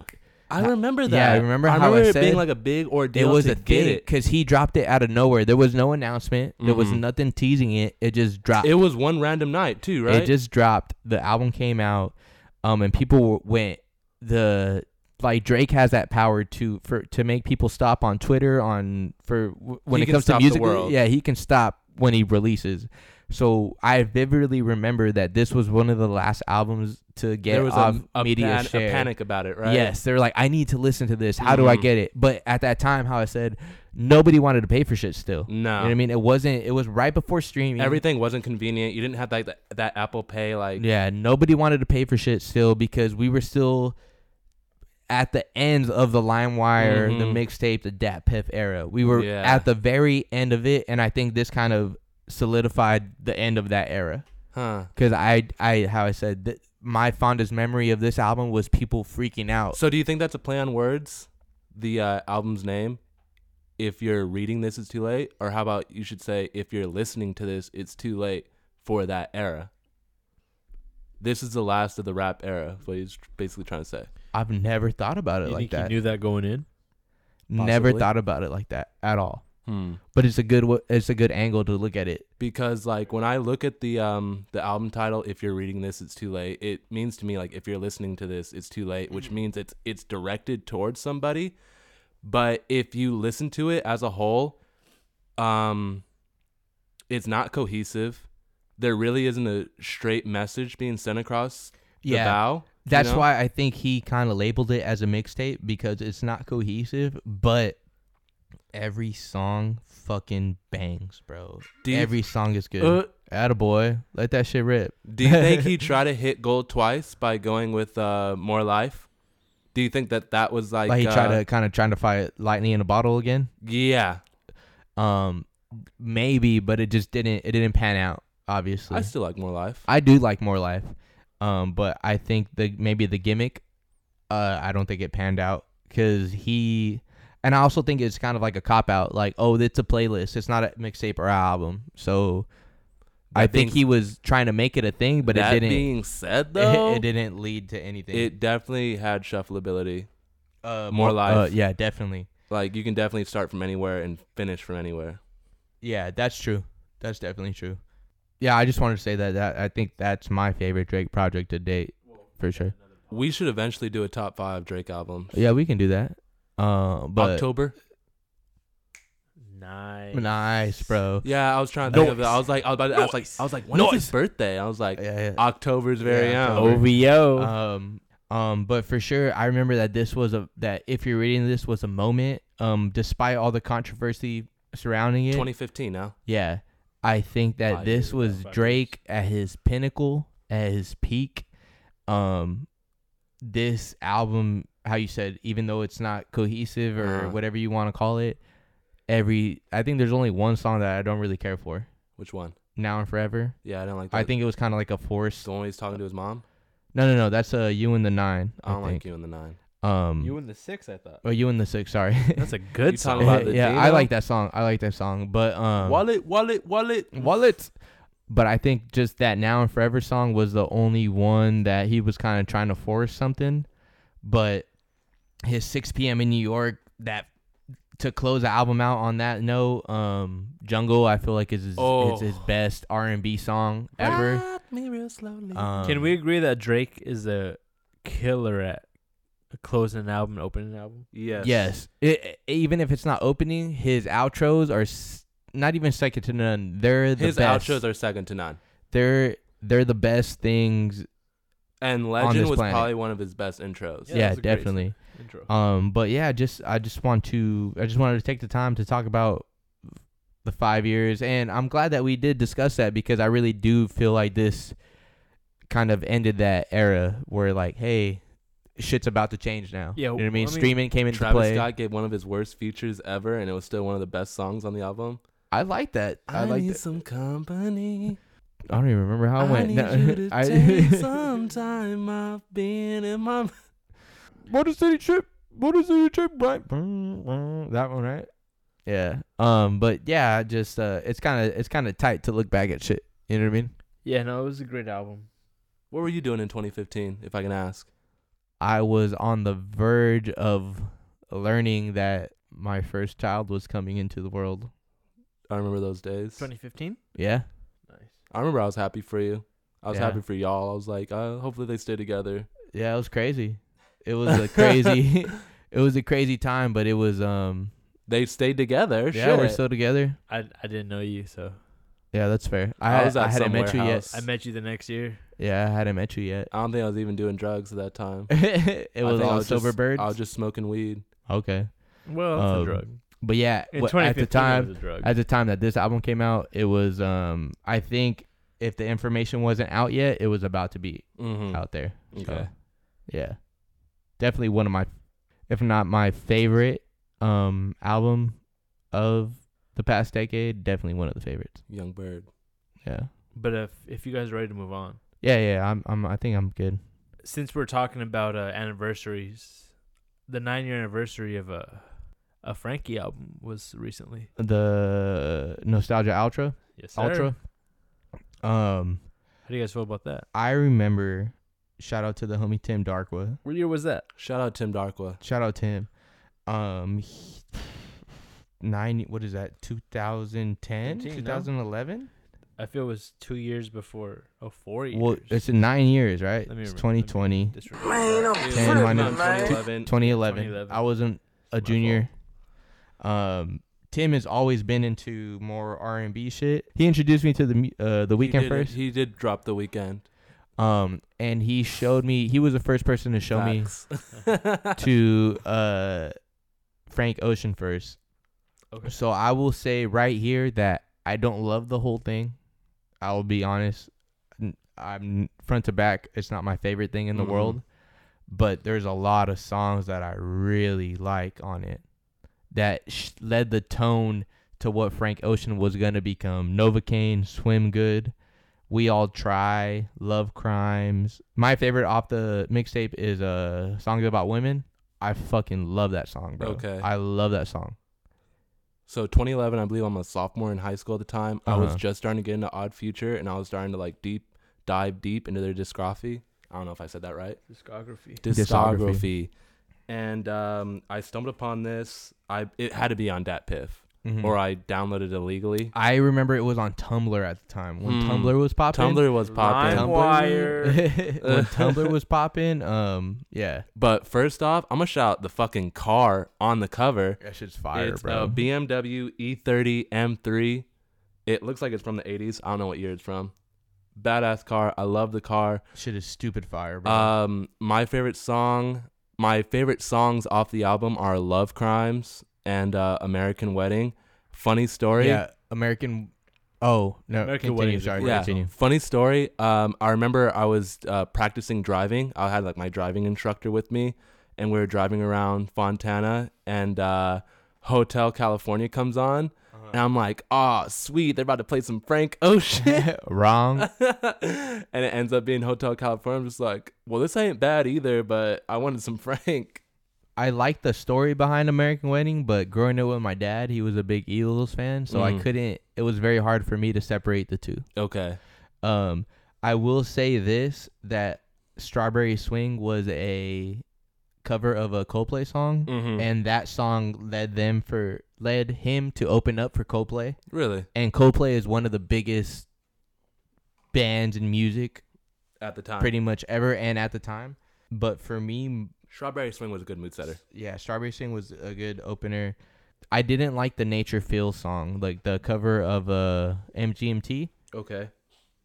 D: I
B: I-
D: remember that.
B: yeah, I remember how I
D: it
B: said
D: being like a big
B: it
D: ordeal
B: was
D: to
B: a
D: get
B: thing
D: it.
B: because he dropped it out of nowhere there was no announcement there was
D: Mhm.
B: nothing teasing it it just dropped
D: It was one random night too, right?
B: It just dropped. The album came out, um, and people w- went the like Drake has that power to for to make people stop on Twitter on for w- when
D: He
B: it
D: can
B: comes to
D: stop the
B: music.
D: world.
B: Yeah, he can stop when he releases. So I vividly remember that this was one of the last albums to get
D: there was
B: off
D: a, a,
B: media
D: pan- a
B: share.
D: panic about it, right?
B: Yes, they're like, I need to listen to this. How do I
D: Mhm.
B: get it? But at that time, how I said, nobody wanted to pay for shit. Still, you
D: No.
B: know what I mean? It wasn't. It was right before streaming.
D: Everything wasn't convenient. You didn't have like that, that Apple Pay like
B: Yeah, nobody wanted to pay for shit still because we were still at the ends of the LimeWire, the
D: Mhm.
B: mixtape, the Dat Piff era. We were
D: Yeah.
B: at the very end of it, and I think this kind of solidified the end of that era.
D: huh.
B: Because I, I, how I said, th- my fondest memory of this album was people freaking out.
D: So do you think that's a play on words? The uh, album's name? If you're reading this it's too late or how about you should say if you're listening to this it's too late for that era. This is the last of the rap era. Is what he's basically trying to say.
B: I've never thought about
C: You
B: it like
C: think
B: that.
C: he knew that going in?
B: Never
D: Possibly.
B: thought about it like that at all.
D: Hmm.
B: But it's a good, wa- it's a good angle to look at it.
D: because like when I look at the um the album title, if you're reading this, it's too late. It means to me like if you're listening to this, it's too late,
B: Mm-hmm.
D: which means it's it's directed towards somebody. But if you listen to it as a whole, um, it's not cohesive. There really isn't a straight message being sent across the
B: Yeah.
D: bow. you
B: That's
D: know?
B: why I think he kind of labeled it as a mixtape because it's not cohesive, but every song fucking bangs, bro.
D: Do you-
B: every song is good.
D: Uh,
B: Attaboy. Let that shit rip.
D: do you think he tried to hit gold twice by going with uh more life? Do you think that that was like,
B: Like, he tried
D: uh,
B: to kind of trying to fight lightning in a bottle again?
D: yeah?
B: Um maybe, but it just didn't it didn't pan out, obviously.
D: I still like more life.
B: I do like more life. Um, but I think the maybe the gimmick, uh, I don't think it panned out because he, and I also think it's kind of like a cop out, like oh, it's a playlist, it's not a mixtape or a album. So I
D: That
B: think
D: being-
B: he was trying to make it a thing, but it
D: that
B: didn't.
D: being said,
B: it,
D: though,
B: it
D: it,
B: didn't lead to anything.
D: definitely had shuffleability.
B: uh,
D: More
B: mo- Uh,
D: Life.
B: yeah, definitely.
D: Like you can definitely start from anywhere and finish from anywhere.
B: Yeah, that's true. That's definitely true. Yeah, I just wanted to say that, that I think that's my favorite Drake project to date, for sure.
D: We should eventually do a top five Drake albums.
B: Yeah, we can do that. Uh, but
D: October.
C: Nice.
B: Nice, bro.
D: Yeah, I was trying to think of it.
C: Noise.
D: I was like, I was about to ask, like,
C: Noise.
D: I was like, when is
C: Noise.
D: his birthday? I was like,
B: Yeah, yeah.
D: October's very
B: Yeah,
D: own.
B: October.
C: OVO.
B: Um, um, but for sure, I remember that this was a that if you're reading this was a moment. Um, despite all the controversy surrounding it,
D: 2015 now.
B: yeah, I think that
D: Five
B: this
D: years,
B: was
C: five
B: Drake at his pinnacle, at his peak. Um, this album, how you said, even though it's not cohesive or
D: Uh-huh.
B: whatever you want to call it, every I think there's only one song that I don't really care for.
D: Which one?
B: Now and forever.
D: Yeah, I don't like that.
B: I think it was kind of like a force.
D: the one he's talking to his mom.
B: No, no, no. That's uh, you and the nine.
D: I
B: I,
D: don't
B: think.
D: like you in the nine.
B: Um,
C: in the six, I thought.
B: Oh, you and the six. Sorry.
C: That's a good
D: You
C: song.
D: talking about the
B: yeah, I
D: Dino?
B: like that song. I like that song. But um,
D: wallet, wallet, wallet.
B: Wallet. But I think just that now and forever song was the only one that he was kind of trying to force something. But his 6 p.m. in New York that to close the album out on that note, um, Jungle I feel like is his,
C: Oh.
B: is his best R&B song ever. Um,
C: Can we agree that Drake is a killer at closing an album and opening an album?
D: Yes.
B: Yes. It, it- even if it's not opening, his outros are s- not even second to none. They're the
D: His
B: best.
D: outros are second to none.
B: they're they're the best things.
D: And
B: this
D: Legend was
B: planet.
D: probably one of his best intros.
C: Yeah,
B: Yeah,
C: that's a great
B: definitely.
C: Intro.
B: Um, but yeah, just I just want to I just wanted to take the time to talk about the five years, and I'm glad that we did discuss that because I really do feel like this kind of ended that era where like, hey, shit's about to change now.
C: Yeah,
B: you know what I
C: I
B: mean.
C: mean,
B: Streaming came into
D: Travis
B: play.
D: Scott gave one of his worst features ever, and it was still one of the best songs on the album.
B: I like that. I, like
D: need
B: that.
D: some company.
B: I don't even remember how
D: I
B: it went.
D: need
B: No,
D: you to
B: I-
D: take some time off being in my.
B: Motor City Trip, Motor City Trip, right? That one, right? Yeah. Um, but yeah, I just uh, it's kind of it's kind of tight to look back at shit. You know what I mean?
C: Yeah, no, it was a great album.
D: What were you doing in 2015, if I can ask?
B: I was on the verge of learning that my first child was coming into the world.
D: I remember those days.
C: 2015.
B: Yeah.
C: Nice.
D: I remember I was happy for you. I was
B: Yeah.
D: happy for y'all. I was like, uh, hopefully they stay together.
B: Yeah, it was crazy. It was a crazy, it was a crazy time, but it was um.
D: They stayed together.
B: Yeah, we're
D: shit.
B: still together.
C: I I didn't know you, so
B: Yeah, that's fair. I,
D: I was
B: I
D: at
B: hadn't
D: some
B: met you yet.
D: warehouse.
C: I met you the next year.
B: Yeah, I hadn't met you yet.
D: I don't think I was even doing drugs at that time.
B: it
D: I
B: was
D: think I
B: all
D: was just-
B: silver birds.
D: I was just smoking weed.
B: Okay.
C: Well,
B: that's a Um, drug. But yeah, what- at the time, at the time that this album came out, it was um I think if the information wasn't out yet, it was about to be
D: Mm-hmm.
B: out there. So,
D: Okay.
B: yeah. Definitely one of my if not my favorite um album of the past decade, definitely one of the favorites.
D: Young bird.
B: Yeah.
C: but if if you guys are ready to move on,
B: Yeah, yeah, I'm I'm I think I'm good.
C: since we're talking about uh, anniversaries, the nine year anniversary of a a Frankie album was recently.
B: The nostalgia outro,
C: Yes, sir.
B: ultra. Um
C: How do you guys feel about that?
B: I remember shout out to the homie Tim Darkwa.
C: What year was that?
D: Shout out Tim Darkwa.
B: Shout out to him. Um, he- nine. What is that? 2010,
C: 13, no?
B: 2011.
C: I feel it was two years before. Oh, four years.
B: Well, it's in nine years, right?
C: Let me
B: It's
C: remember-
B: 2020,
C: Disregard that.
D: Dude,
B: Ten
D: I'm
B: minus- 2011.
D: 2011.
C: 2011.
B: I wasn't a
C: fault.
B: junior. Um, Tim has always been into more R and B shit. He introduced me to the mu- uh, the
D: He
B: weekend
D: did-
B: first.
D: He did drop the weekend.
B: Um, and he showed me. He was the first person to show me
D: Facts. Dude,
B: to uh Frank Ocean first.
C: Okay.
B: So I will say right here that I don't love the whole thing. I will be honest. N- I'm front to back. It's not my favorite thing in the
D: Mhm.
B: world, but there's a lot of songs that I really like on it that sh- led the tone to what Frank Ocean was gonna become. Novocaine, Swim Good, We All Try, Love Crimes. My favorite off the mixtape is uh, songs about women. I fucking love that song, bro.
D: Okay.
B: I love that song.
D: So 2011, I believe I'm a sophomore in high school at the time. I was
B: Uh-huh.
D: just starting to get into Odd Future, and I was starting to like deep dive deep into their discography. I don't know if I said that right.
C: Discography.
B: Discography.
D: Discography. And um, I stumbled upon this. I it had to be on DatPiff,
B: Mhm.
D: or I downloaded it illegally.
B: I remember it was on Tumblr at the time when
D: Hmm.
B: Tumblr was popping.
D: Tumblr was popping.
B: Tumblr.
C: LimeWire.
B: when Tumblr was popping, um, yeah,
D: But first off, I'm gonna shout the fucking car on the cover.
B: that shit's fire,
D: it's uh,
B: bro.
D: a BMW E30 M3. It looks like it's from the 80s. I don't know what year it's from. Badass car. I love the car.
B: Shit is stupid fire, bro.
D: Um, my favorite song, my favorite songs off the album are "Love Crimes" and uh, "American Wedding." Funny story.
B: yeah, American. Oh no,
C: American
B: continue.
C: Wedding's a
B: Sorry,
D: Yeah.
B: continue.
D: Funny story. Um, I remember I was uh, practicing driving. I had like my driving instructor with me, and we were driving around Fontana, and uh, Hotel California comes on, and I'm like, "Ah, sweet, they're about to play some Frank Ocean,"
B: Wrong.
D: and it ends up being Hotel California. I'm just like, "Well, this ain't bad either, but I wanted some Frank."
B: I like the story behind American Wedding, but growing up with my dad, he was a big Eagles fan, so I
D: Mhm.
B: couldn't. It was very hard for me to separate the two.
D: Okay.
B: Um, I will say this: that Strawberry Swing was a cover of a Coldplay song,
D: Mhm.
B: and that song led them for led him to open up for Coldplay.
D: Really?
B: And Coldplay is one of the biggest bands in music,
D: At the time,
B: pretty much ever and at the time. But for me, m-
D: Strawberry Swing was a good mood setter.
B: yeah, Strawberry Sing was a good opener. I didn't like the Nature Feels song, like the cover of uh, MGMT.
D: Okay.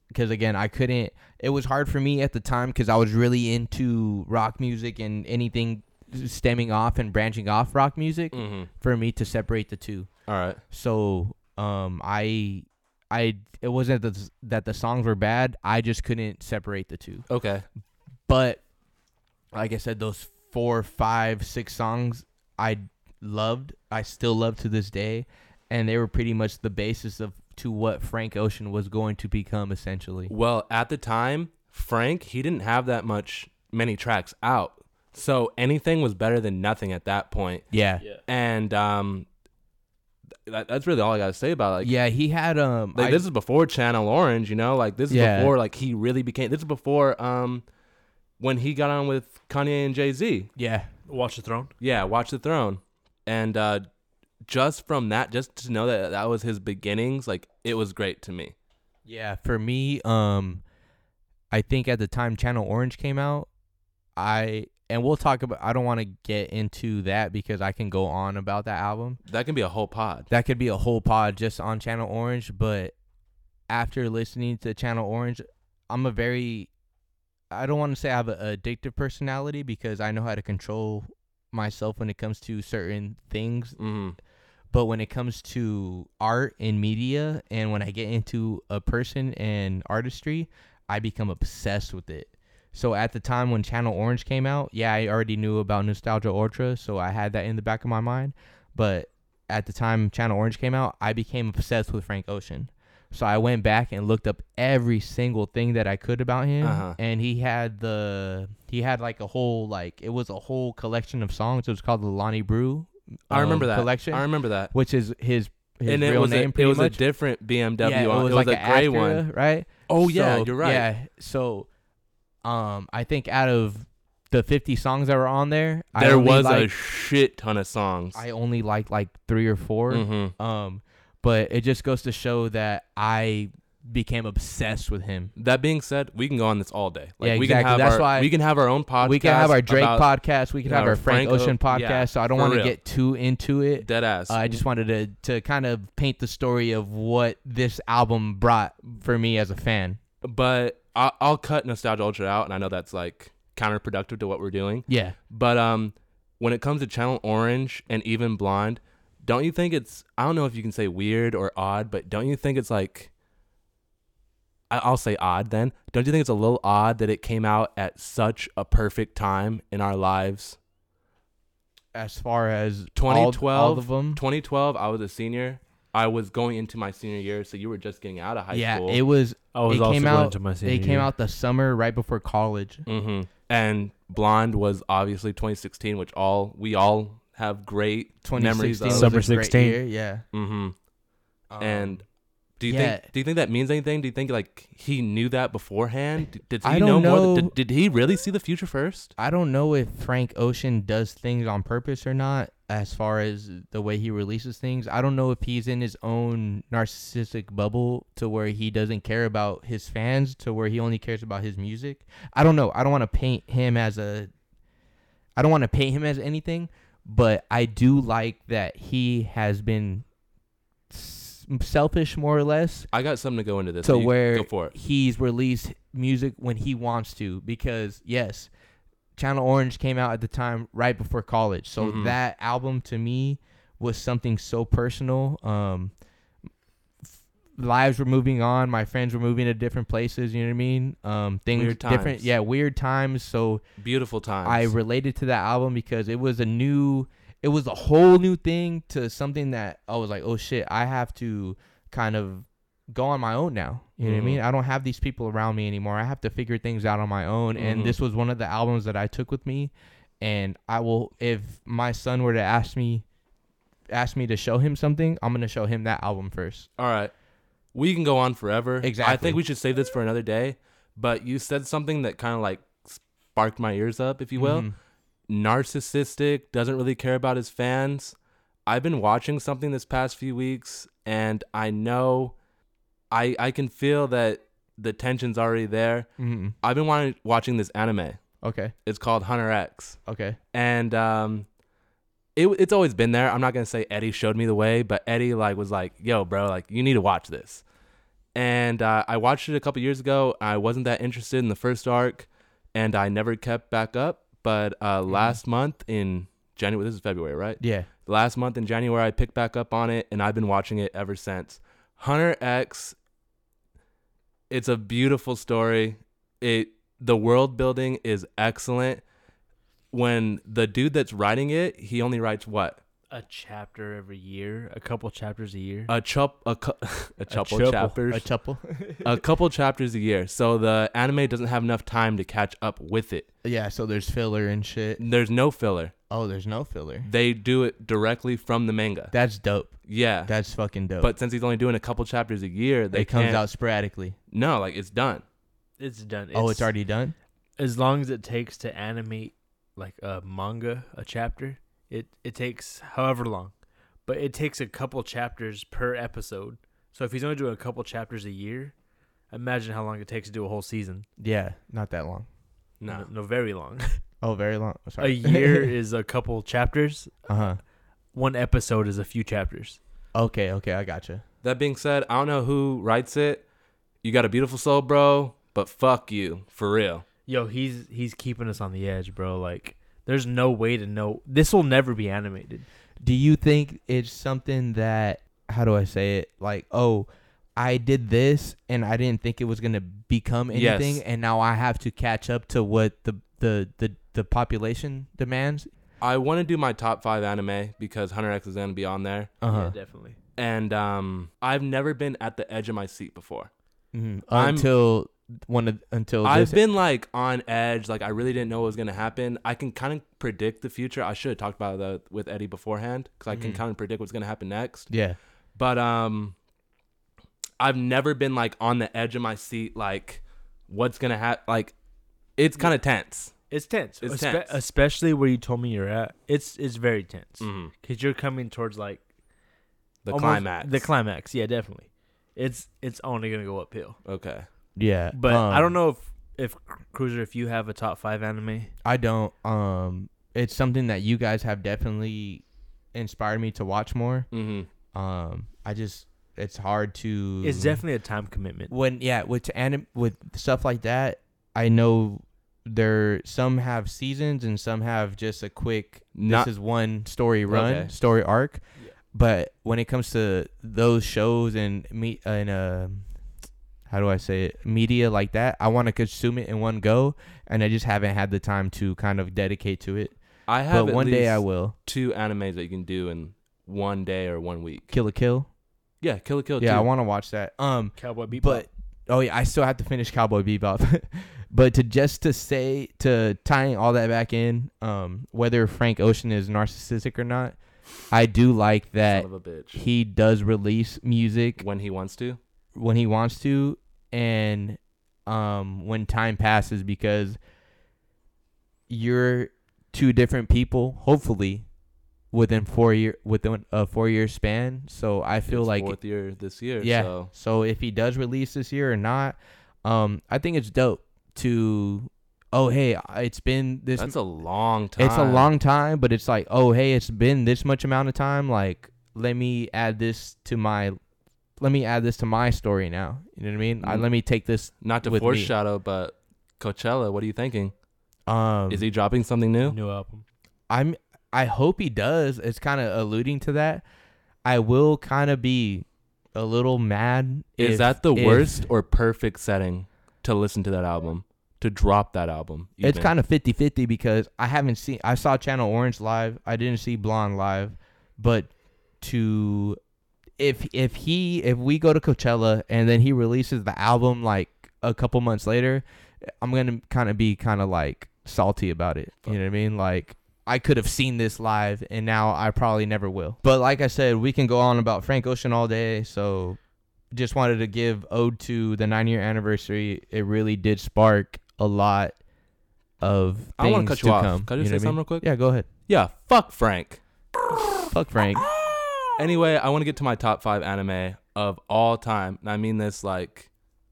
B: because again i couldn't it was hard for me at the time because i was really into rock music and anything stemming off and branching off rock music
D: Mm-hmm.
B: for me to separate the two
D: All right.
B: so um i i it wasn't that the, that the songs were bad i just couldn't separate the two
D: Okay.
B: but like i said those four five six songs i loved i still love to this day and they were pretty much the basis of to what frank ocean was going to become essentially
D: Well, at the time, Frank he didn't have that much many tracks out, so anything was better than nothing at that point.
B: yeah
D: And um, th- that, that's really all I gotta say about it. like.
B: yeah, he had um.
D: Like
B: I-
D: this is before Channel Orange, you know. Like this is
B: Yeah.
D: before like he really became. This is before um, when he got on with Kanye and Jay Z.
B: yeah,
C: Watch the Throne.
D: Yeah, Watch the Throne, and uh, just from that, just to know that that was his beginnings, like it was great to me.
B: yeah. For me, um, I think at the time Channel Orange came out, I and we'll talk about. I don't want to get into that because I can go on about that album.
D: That can be a whole pod.
B: That could be a whole pod just on Channel Orange. But after listening to Channel Orange, I'm a very I don't want to say I have an addictive personality because I know how to control myself when it comes to certain things
D: Mm-hmm.
B: but when it comes to art and media and when i get into a person and artistry i become obsessed with it so at the time when channel orange came out yeah i already knew about nostalgia ultra so i had that in the back of my mind but at the time channel orange came out i became obsessed with frank ocean so i went back and looked up every single thing that i could about him
D: Uh-huh.
B: and he had the he had like a whole like it was a whole collection of songs it was called the lonnie brew
D: I remember
B: um,
D: that.
B: collection
D: I remember that.
B: which is his his
D: and
B: real
D: it was
B: name.
D: a, it
B: pretty
D: was
B: much.
D: a different BMW.
B: yeah,
D: on,
B: it was like
D: a gray one.
B: Acura, right?
D: Oh yeah,
B: So,
D: you're right.
B: Yeah, so um, I think out of the fifty songs that were on there, I
D: There
B: only
D: was a
B: liked,
D: shit ton of songs.
B: I only liked like three or 4
D: Mhm.
B: Um, but it just goes to show that I became obsessed with him.
D: That being said, we can go on this all day. Like,
B: Yeah,
D: we can
B: exactly.
D: have
B: That's
D: our,
B: why-
D: we can have our own podcast.
B: we can have our Drake
D: about
B: podcast. We can have
D: our
B: our Frank,
D: Frank O-
B: Ocean podcast.
D: yeah,
B: so I don't
D: for
B: want to
D: real.
B: get too into it.
D: Dead ass.
B: Uh, I just wanted to to kind of paint the story of what this album brought for me as a fan.
D: but I, I'll cut Nostalgia Ultra out, and I know that's like counterproductive to what we're doing.
B: Yeah.
D: But um, when it comes to Channel Orange and even Blonde, don't you think it's I don't know if you can say weird or odd, but don't you think it's like I- I'll say odd then. Don't you think it's a little odd that it came out at such a perfect time in our lives?
B: as far as
D: 2012,
B: all, all of them.
D: 2012, I was a senior. I was going into my senior year, so you were just getting out of high
B: yeah,
D: school.
B: it was.
C: I was
B: it
C: also
B: came
C: going
B: out.
C: into my
B: they
C: senior
B: came
C: year.
B: out the summer right before college.
D: Mm-hmm. And Blonde was obviously 2016, which all we all have great memories
B: 2016
D: of.
B: was
C: Summer
B: a great
C: 16.
B: year, yeah.
D: Mm-hmm.
B: Um,
D: and do you
B: yeah.
D: think do you think that means anything? Do you think like he knew that beforehand? D- Did,
B: I
D: he know,
B: don't
D: more?
B: know.
D: Did, did he really see the future first?
B: I don't know if Frank Ocean does things on purpose or not. As far as the way he releases things, I don't know if he's in his own narcissistic bubble to where he doesn't care about his fans, to where he only cares about his music. I don't know. I don't want to paint him as a. I don't want to paint him as anything, but I do like that he has been s- selfish, more or less,
D: I got something to go into this.
B: to
D: so you
B: where
D: go for it.
B: he's released music when he wants to because yes channel orange came out at the time right before college so
D: Mhm.
B: that album to me was something so personal um f- lives were moving on my friends were moving to different places you know what i mean um things
D: Weird
B: different
D: times.
B: yeah weird times so
D: Beautiful times.
B: I related to that album because it was a new, it was a whole new thing to something that I was like, oh shit, I have to kind of go on my own now. You know what
D: Mhm.
B: I mean? I don't have these people around me anymore. I have to figure things out on my own.
D: Mhm.
B: And this was one of the albums that I took with me. And I will, if my son were to ask me, ask me to show him something, I'm gonna show him that album first.
D: All right. We can go on forever. I
B: Exactly.
D: think we should save this for another day. But you said something that kind of like sparked my ears up, if you will.
B: Mhm.
D: narcissistic, doesn't really care about his fans. I've been watching something this past few weeks and I know I I can feel that the tension's already there.
B: Mm-hmm.
D: I've been wanting, watching this anime.
B: Okay.
D: It's called Hunter X
B: Okay.
D: and um it, it's always been there i'm not gonna say eddie showed me the way but eddie like was like yo bro like you need to watch this and uh, i watched it a couple years ago i wasn't that interested in the first arc and i never kept back up but uh last month in january this is february right
B: Yeah.
D: last month in January, I picked back up on it and I've been watching it ever since. Hunter X, it's a beautiful story. It the world building is excellent. When the dude that's writing it, he only writes what
C: A chapter every year, a couple chapters a year.
D: a chup a cu- a couple
C: chuple.
D: chapters
B: A tuple.
D: a couple chapters a year. So the anime doesn't have enough time to catch up with it.
B: yeah. So there's filler and shit.
D: There's no filler.
B: Oh, there's no filler.
D: They do it directly from the manga.
B: That's dope.
D: Yeah,
B: That's fucking dope.
D: but since he's only doing a couple chapters a year, they
B: it comes
D: can't-
B: out sporadically.
D: No, like it's done.
C: it's done.
B: oh, it's already done.
C: as long as it takes to animate like a manga, a chapter. It it takes however long, but it takes a couple chapters per episode. So if he's only doing a couple chapters a year, imagine how long it takes to do a whole season.
B: Yeah. Not that long.
D: No.
C: no, very long.
B: Oh, very long.
C: a
B: Sorry.
C: year is a couple chapters.
B: uh huh.
C: One episode is a few chapters.
B: Okay. Okay. I gotcha.
D: That being said, I don't know who writes it. You got a beautiful soul, bro, but fuck you for real.
C: Yo, he's he's keeping us on the edge, bro. Like, there's no way to know. This will never be animated.
B: Do you think it's something that how do I say it? Like, oh, I did this and I didn't think it was gonna become
D: Yes.
B: anything, and now I have to catch up to what the the the, the population demands.
D: I want to do my top five anime because Hunter X is gonna be on there,
B: Uh
C: Uh-huh.
B: huh.
C: definitely.
D: and um, I've never been at the edge of my seat before.
B: Mhm.
D: I'm-
B: Until one of until
D: I've
B: this-
D: been like on edge, like I really didn't know what was gonna happen. I can kind of predict the future. I should have talked about that with Eddie beforehand because I can
B: Mhm.
D: kind of predict what's gonna happen next.
B: yeah.
D: But um, I've never been like on the edge of my seat, like what's gonna happen. Like it's kind of tense.
C: It's tense.
D: It's
C: Espe-
D: tense.
C: Especially where you told me you're at. It's it's very tense
D: Mm-hmm.
C: because you're coming towards like
D: The
C: almost-
D: climax.
C: The climax. Yeah, definitely. It's it's only gonna go uphill.
D: Okay.
B: Yeah.
D: Uh,
C: But I
B: um,
C: don't know if if Cruiser, if you have a top five anime.
B: I don't. Um, it's something that you guys have definitely inspired me to watch more.
D: Mm-hmm.
B: Um, I just it's hard to.
C: It's definitely a time commitment.
B: when yeah with anim- with stuff like that. I know there some have seasons and some have just a quick.
D: Not-
B: this is one story run,
D: Okay.
B: story arc.
C: Yeah.
B: But when it comes to those shows and me and uh, how do I say it? Media like that, I want to consume it in one go, and I just haven't had the time to kind of dedicate to it.
D: I have
B: But one day I
D: will.
B: will.
D: two animes that you can do in one day or one week.
B: Kill a kill.
D: yeah, Kill a Kill.
B: yeah, I
D: too.
B: want to watch that. Um,
C: Cowboy Bebop.
B: but oh yeah, I still have to finish Cowboy Bebop. but to just to say to tying all that back in, um, whether Frank Ocean is narcissistic or not, I do like that
D: Son of a bitch.
B: he does release music
D: When he wants to.
B: when he wants to and um when time passes because you're two different people hopefully within four year within a four year span so i feel
D: It's
B: like
D: fourth year this year.
B: yeah.
D: So.
B: so if he does release this year or not, um, I think it's dope to. Oh hey, it's been this.
D: That's a long time.
B: it's a long time, but it's like oh hey, it's been this much amount of time. Like let me add this to my, let me add this to my story now. You know what I mean? I,
D: Mm.
B: let me take this.
D: Not to
B: with me.
D: foreshadow, but Coachella. What are you thinking?
B: Um,
D: Is he dropping something new?
C: new album.
B: I'm. I hope he does. It's kind of alluding to that. I will kind of be a little mad.
D: Is
B: if-
D: that the
B: if-
D: worst or perfect setting to listen to that album? To drop that album?
B: It's kind of 50-50 because I haven't seen I saw Channel Orange live. I didn't see Blonde live, but to if if he if we go to Coachella and then he releases the album like a couple months later, I'm going to kind of be kind of like salty about it. You know what I mean? Like I could have seen this live and now I probably never will. But like I said, we can go on about Frank Ocean all day, so just wanted to give ode to the 9 year anniversary. It really did spark a lot of things
D: I want to cut you off.
B: come.
D: Can I just
B: you know
D: say
B: what
D: something real quick?
B: mean? Yeah, go ahead.
D: Yeah, fuck Frank.
B: Fuck Frank.
D: Anyway, I want to get to my top five anime of all time, and I mean this like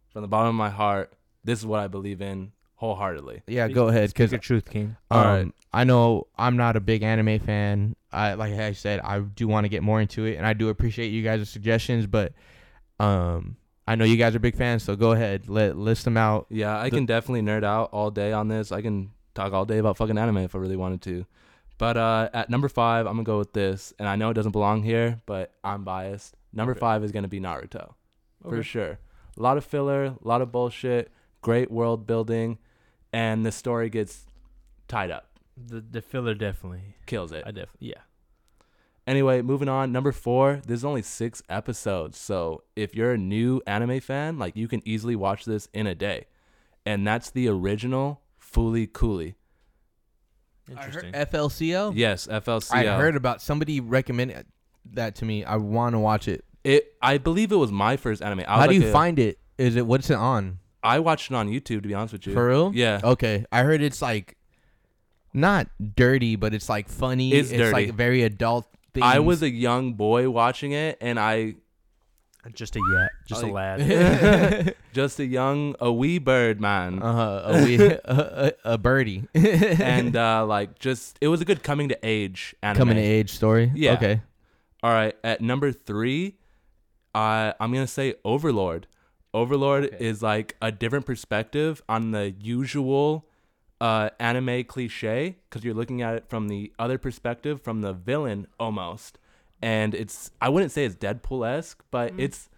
D: from the bottom of my heart. This is what I believe in wholeheartedly.
B: Yeah, go ahead because
C: Your truth, King.
B: um,
D: Alright.
B: I know I'm not a big anime fan. I like I said, I do want to get more into it, and I do appreciate you guys' suggestions. But um, I know you guys are big fans, so go ahead, let list them out.
D: Yeah, I can definitely nerd out all day on this. I can talk all day about fucking anime if I really wanted to. But uh, at number five, I'm gonna go with this, and I know it doesn't belong here, but I'm biased. Number five is gonna be Naruto, for
C: Okay.
D: sure. A lot of filler, a lot of bullshit, great world building, and the story gets tied up,
C: The the filler definitely.
D: kills it.
C: I definitely. Yeah.
D: Anyway, moving on. Number four, there's only six episodes. So if you're a new anime fan, like you can easily watch this in a day. And that's the original Fooly Cooley.
C: Interesting.
B: FLCL.
D: Yes, FLCL.
B: I heard about somebody recommended that to me. I want to watch it.
D: it. I believe it was my first anime. I was
B: How do
D: like
B: you
D: a-
B: find it? Is it what's it on?
D: I watched it on YouTube, to be honest with you.
B: For real? Oh,
D: Yeah.
B: Okay. I heard it's like not dirty, but it's like funny.
D: It's dirty.
B: like very adult things.
D: I was a young boy watching it, and I
C: Just a yet. Just a
D: Like-
C: lad.
D: just a young a wee bird man,
B: uh, a, wee, a, a, a birdie
D: and uh, like just it was a good coming to age anime.
B: coming to age story.
D: Yeah.
B: Okay.
D: All right, at number three, uh, I'm gonna say Overlord. Overlord is like a different perspective on the usual uh, anime cliche because you're looking at it from the other perspective, from the villain almost, and it's I wouldn't say it's Deadpool esque, but it's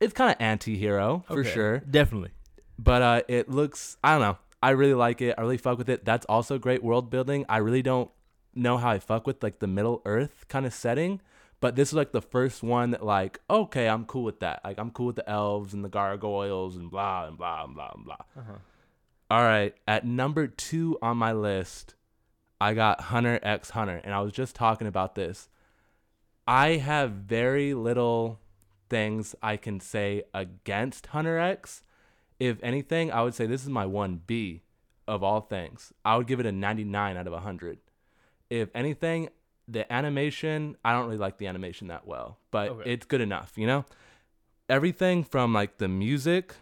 D: it's kind of anti-hero for
C: Okay.
D: sure
C: Definitely.
D: but uh, it looks I don't know. I really like it. I really fuck with it. That's also great world building. I really don't know how I fuck with like the Middle Earth kind of setting, but this is like the first one that like okay, I'm cool with that. Like I'm cool with the elves and the gargoyles and blah and blah and blah and blah. All right, at number two on my list, I got Hunter X Hunter, and I was just talking about this. I have very little things I can say against Hunter X if anything, I would say this is my 1B of all things. I would give it a 99 out of 100. If anything, the animation, I don't really like the animation that well, but
C: Okay.
D: it's good enough, you know? Everything from like the music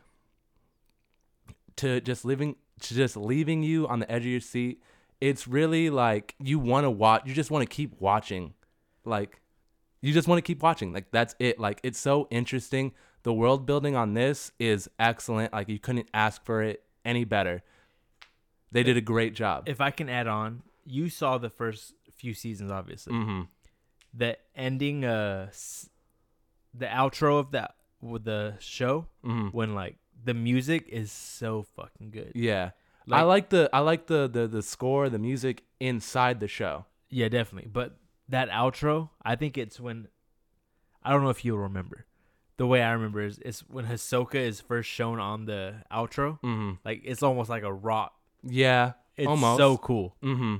D: to just leaving to just leaving you on the edge of your seat. It's really like you want to watch, you just want to keep watching. Like you just want to keep watching. Like that's it. Like it's so interesting. The world building on this is excellent. Like you couldn't ask for it any better. They did a great job.
C: If I can add on, you saw the first few seasons, obviously.
D: mm-hmm.
C: The ending, uh, s- the outro of that with the show
D: Mm-hmm.
C: when like the music is so fucking good.
D: Yeah. I
C: Like-
D: like the I like the, the the score, the music inside the show.
C: Yeah, definitely. But that outro, I think it's when I don't know if you'll remember. The way I remember is it's when Hisoka is first shown on the outro.
D: Mm-hmm.
C: Like it's almost like a rock.
D: Yeah.
C: It's
D: Almost.
C: so cool.
D: Mm-hmm.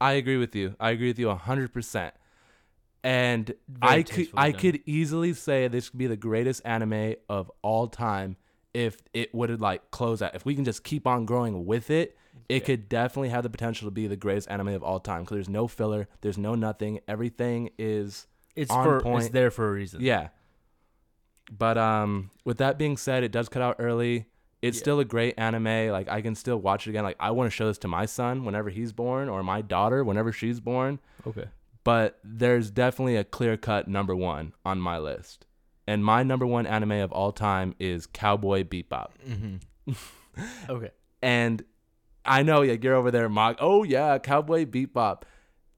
D: I agree with you. I agree with you hundred percent. And
C: Very
D: I could
C: tastefully
D: I
C: done.
D: could easily say this could be the greatest anime of all time if it would like close out. If we can just keep on growing with it, it could definitely have the potential to be the greatest anime of all time. Because there's no filler, there's no nothing. Everything is
C: It's
D: On
C: for
D: point.
C: it's there for a reason.
D: yeah. But um, with that being said, it does cut out early. It's still a great anime. Like I can still watch it again. Like I want to show this to my son whenever he's born, or my daughter whenever she's born.
C: Okay.
D: But there's definitely a clear cut number one on my list, and my number one anime of all time is Cowboy Bebop.
B: Mm-hmm.
C: Okay.
D: And I know, like you're over there, mock. Oh yeah, Cowboy Bebop.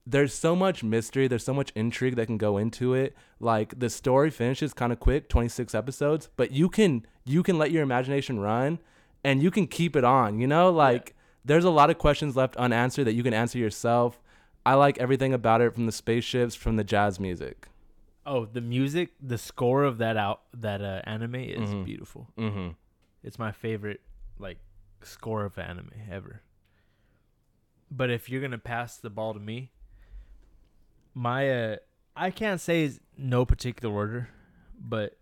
D: There's so much mystery. There's so much intrigue that can go into it. Like the story finishes kind of quick, 26 episodes, but you can you can let your imagination run, and you can keep it on. You know, like there's a lot of questions left unanswered that you can answer yourself. I like everything about it, from the spaceships, from the jazz music.
C: Oh, the music, the score of that out that uh, anime is
D: Mhm.
C: beautiful.
D: Mm-hmm.
C: It's my favorite like score of anime ever. But if you're gonna pass the ball to me, my uh, I can't say is no particular order, but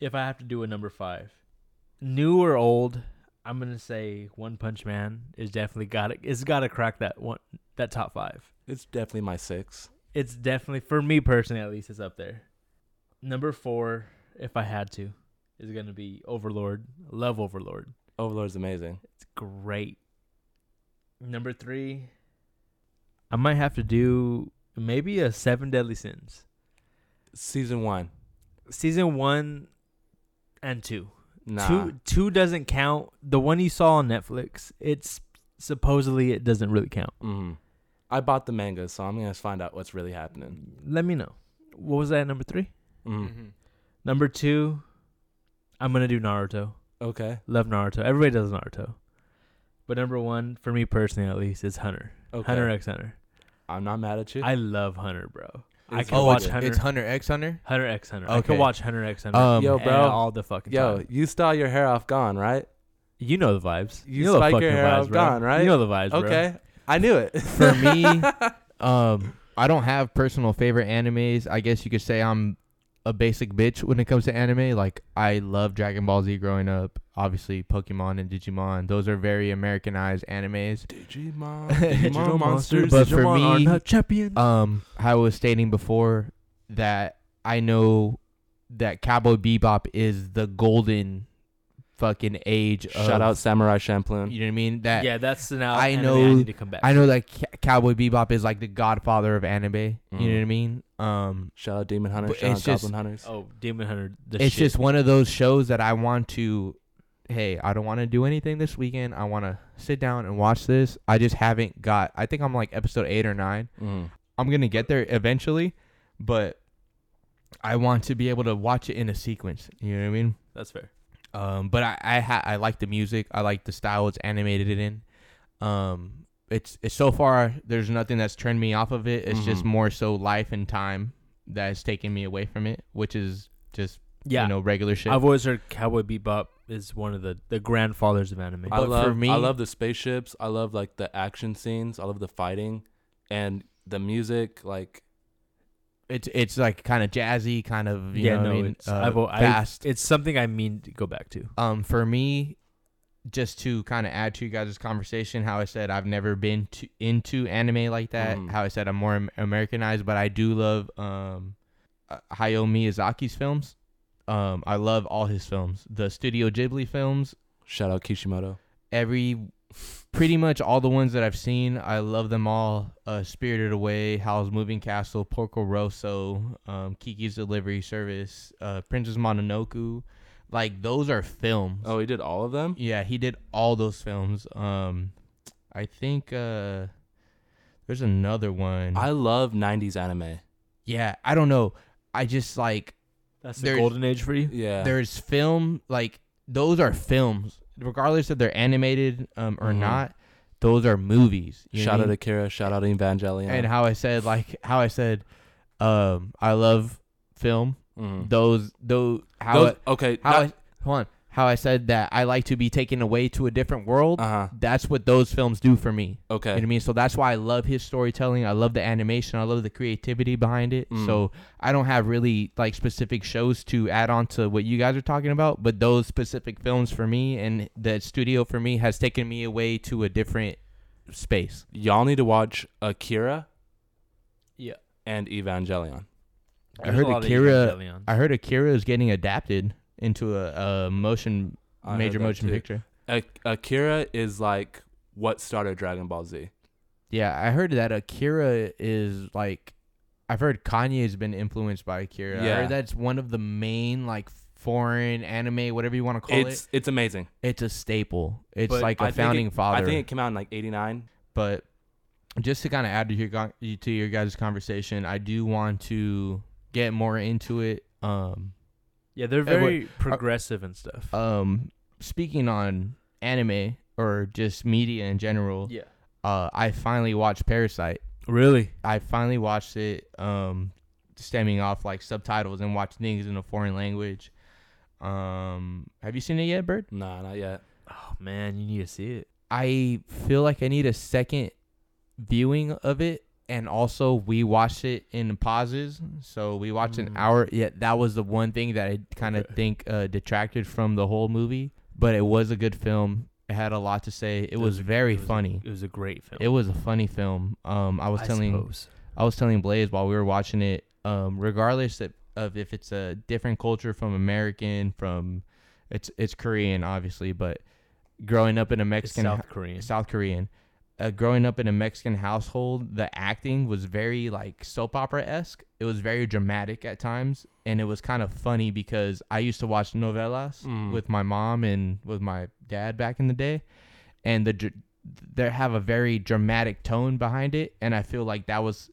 C: if I have to do a number five, new or old, I'm gonna say One Punch Man is definitely got it. It's got to crack that one that top five.
D: It's definitely my six.
C: It's definitely for me personally at least it's up there. Number four, if I had to, is gonna be Overlord. Love Overlord.
D: Overlord's amazing.
C: It's great. Number three, I might have to do maybe a Seven Deadly Sins
D: Season one.
C: season one and two.
D: Nah.
C: Two two doesn't count. The one you saw on Netflix, it's supposedly it doesn't really count.
D: Mm. I bought the manga, so I'm gonna find out what's really happening.
C: Let me know. What was that number three?
D: Mm.
B: Mm-hmm.
C: Number two, I'm gonna do Naruto.
D: Okay.
C: Love Naruto. Everybody does Naruto. But number one, for me personally at least, is Hunter.
D: Okay.
C: Hunter X Hunter.
D: I'm not mad at you.
C: I love Hunter, bro. I
D: It's
C: can
B: oh,
C: watch
B: it's,
C: Hunter.
B: it's Hunter X Hunter.
C: Hunter X Hunter. I
B: Okay.
C: can watch Hunter X Hunter.
B: Um,
D: Yo,
C: and
D: bro.
C: all the fucking
D: Yo,
C: time.
D: you style your hair off gone, right?
C: you know the vibes.
D: You
C: know the
D: spike your
C: fucking
D: hair
C: vibes,
D: off
C: bro.
D: gone, right?
C: You know the vibes, bro.
D: Okay. I knew it.
B: For me, um, I don't have personal favorite animes. I guess you could say I'm a basic bitch when it comes to anime. Like I love Dragon Ball Z growing up. Obviously, Pokemon and Digimon. Those are very Americanized animes.
D: Digimon,
B: Digital
D: Digimon monsters.
B: but for
D: Digimon are
B: me-
D: not-
C: champions.
B: Um, I was stating before that I know that Cowboy Bebop is the golden fucking age. Of,
D: shout out Samurai Champloo.
B: You know what I mean? That
C: yeah, that's now.
B: I
C: I know.
B: know-
C: I need to come back.
B: I know that Ca- Cowboy Bebop is like the godfather of anime.
C: Mm.
B: You know what I
D: Mhm.
B: mean? Um,
D: Shout out Demon Hunter.
B: But
D: Shout out
B: it's just-
D: Goblin Hunters.
C: Oh, Demon Hunter. The
B: it's
C: shit.
B: just one of those shows that I want to. Hey, I don't want to do anything this weekend. I want to sit down and watch this. I just haven't got. I think I'm like episode eight or nine.
D: Mm.
B: I'm gonna get there eventually, but I want to be able to watch it in a sequence. You know what I mean?
C: That's fair.
B: Um, but I I, ha- I like the music. I like the style it's animated it in. Um, it's it's so far there's nothing that's turned me off of it. It's just
D: Mhm.
C: Mm-hmm.
B: more so life and time that has taken me away from it, which is just
C: Yeah,
B: you know regular shit.
C: I've always heard Cowboy Bebop is one of the the grandfathers of anime.
D: I
B: But for
D: love.
B: me-
D: I love the spaceships. I love like the action scenes. I love the fighting, and the music. Like
B: it's it's like kind of jazzy, kind of you know
C: yeah,
B: what
C: no,
B: I mean?
C: it's,
B: Uh,
C: I've, al- I-
B: fast.
C: it's something I mean to go back to.
B: um for me just to kind of add to you guys' conversation how i said i've never been to, into anime like that
D: Mhm.
B: how i said i'm more Am- americanized but i do love um uh, hayao miyazaki's films um i love all his films the studio ghibli films
D: shout out Kishimoto.
B: every pretty much all the ones that i've seen i love them all uh spirited away howl's moving castle porco rosso um kiki's delivery service uh princess mononoke like those are films
D: Oh, he did all of them.
B: yeah, he did all those films. Um, I think uh, there's another one.
D: I love '90s anime.
B: yeah, I don't know. I just like
C: That's
B: the
C: the golden
B: golden
C: age for you.
D: Yeah.
B: there's film like those are films, regardless if they're animated um, or
D: Mhm.
B: not. Those are movies. you know
D: shout
B: what I
D: out
B: mean?
D: Akira. Shout out Evangelion.
B: and how I said like how I said, um, I love film.
D: Mm.
B: Those those how
D: Those-
B: I-
D: okay.
B: how I, hold on how I said that I like to be taken away to a different world.
D: uh huh.
B: That's what those films do for me.
D: Okay.
B: You know what I mean? So that's why I love his storytelling. I love the animation. I love the creativity behind it.
D: Mm.
B: So I don't have really like specific shows to add on to what you guys are talking about, but those specific films for me and the studio for me has taken me away to a different space.
D: Y'all need to watch Akira
C: Yeah,
D: and Evangelion.
B: I heard Akira- I heard Akira is getting adapted into a, a motion
D: I heard
B: major
D: that
B: motion
D: too.
B: picture.
D: Ak- Akira is like what started Dragon Ball Z.
B: Yeah, I heard that Akira is like I've heard Kanye's been influenced by Akira. I
D: Yeah.
B: heard that's one of the main like foreign anime, whatever you want to call
D: It's it's amazing.
B: it. It's a staple. It's
D: But
B: like a
D: I think it-
B: founding father.
D: I think it came out in like '89.
B: but just to kind of add to your gon- to your guys' conversation, I do want to get more into it. Um
C: Yeah, they're
B: Hey,
C: very
B: wait,
C: progressive and stuff.
B: um speaking on anime or just media in general,
C: yeah,
B: uh I finally watched Parasite.
C: really.
B: I finally watched it, um, stemming off like subtitles and watched things in a foreign language. Um, have you seen it yet, Bird?
D: Nah, not yet.
C: Oh man, you need to see it.
B: I feel like I need a second viewing of it, and also we watched it in pauses, so we watched an
C: Mm.
B: hour. Yeah, that was the one thing that I kind of
C: Okay.
B: think uh, detracted from the whole movie, but it was a good film. It had a lot to say. It,
C: It
B: was,
C: was a-
B: very
C: it was a-
B: funny.
C: It was a great film.
B: It was a funny film. Um, I was
C: I
B: telling
C: suppose.
B: I was telling Blaze while we were watching it. Um, regardless of, of if it's a different culture from American, from it's it's Korean obviously, but growing up in a
C: It's
B: Mexican
C: South Korean.
B: South Korean. Uh, growing up in a Mexican household, the acting was very like soap opera esque. It was very dramatic at times, and it was kind of funny because I used to watch novelas
D: Mm.
B: with my mom and with my dad back in the day, and the dr- they have a very dramatic tone behind it, and I feel like that was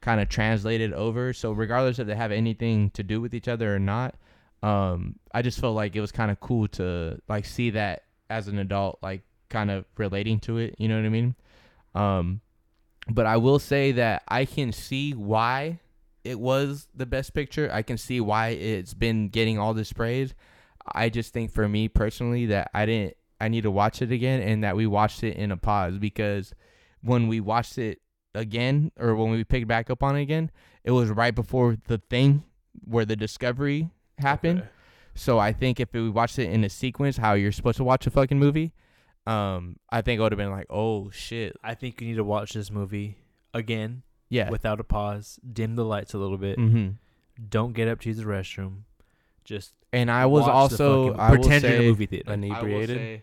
B: kind of translated over. So regardless if they have anything to do with each other or not, um, I just felt like it was kind of cool to like see that as an adult, like kind of relating to it. You know what I mean? Um, but I will say that I can see why it was the best picture. I can see why it's been getting all this praise. I just think for me personally that I didn't. I need to watch it again, and that we watched it in a pause because when we watched it again, or when we picked back up on it again, it was right before the thing where the discovery happened.
C: Okay.
B: So I think if we watched it in a sequence, how you're supposed to watch a fucking movie, um, I think it would have been like, oh shit,
C: I think you need to watch this movie again
B: yeah,
C: without a pause. Dim the lights a little bit.
B: mm-hmm.
C: Don't get up to use the restroom. Just
B: And I was
C: watch the
B: also
C: fucking-
B: I will
C: pretend you're in
B: say-
C: a movie theater.
B: I will,
D: inebriated.
B: say,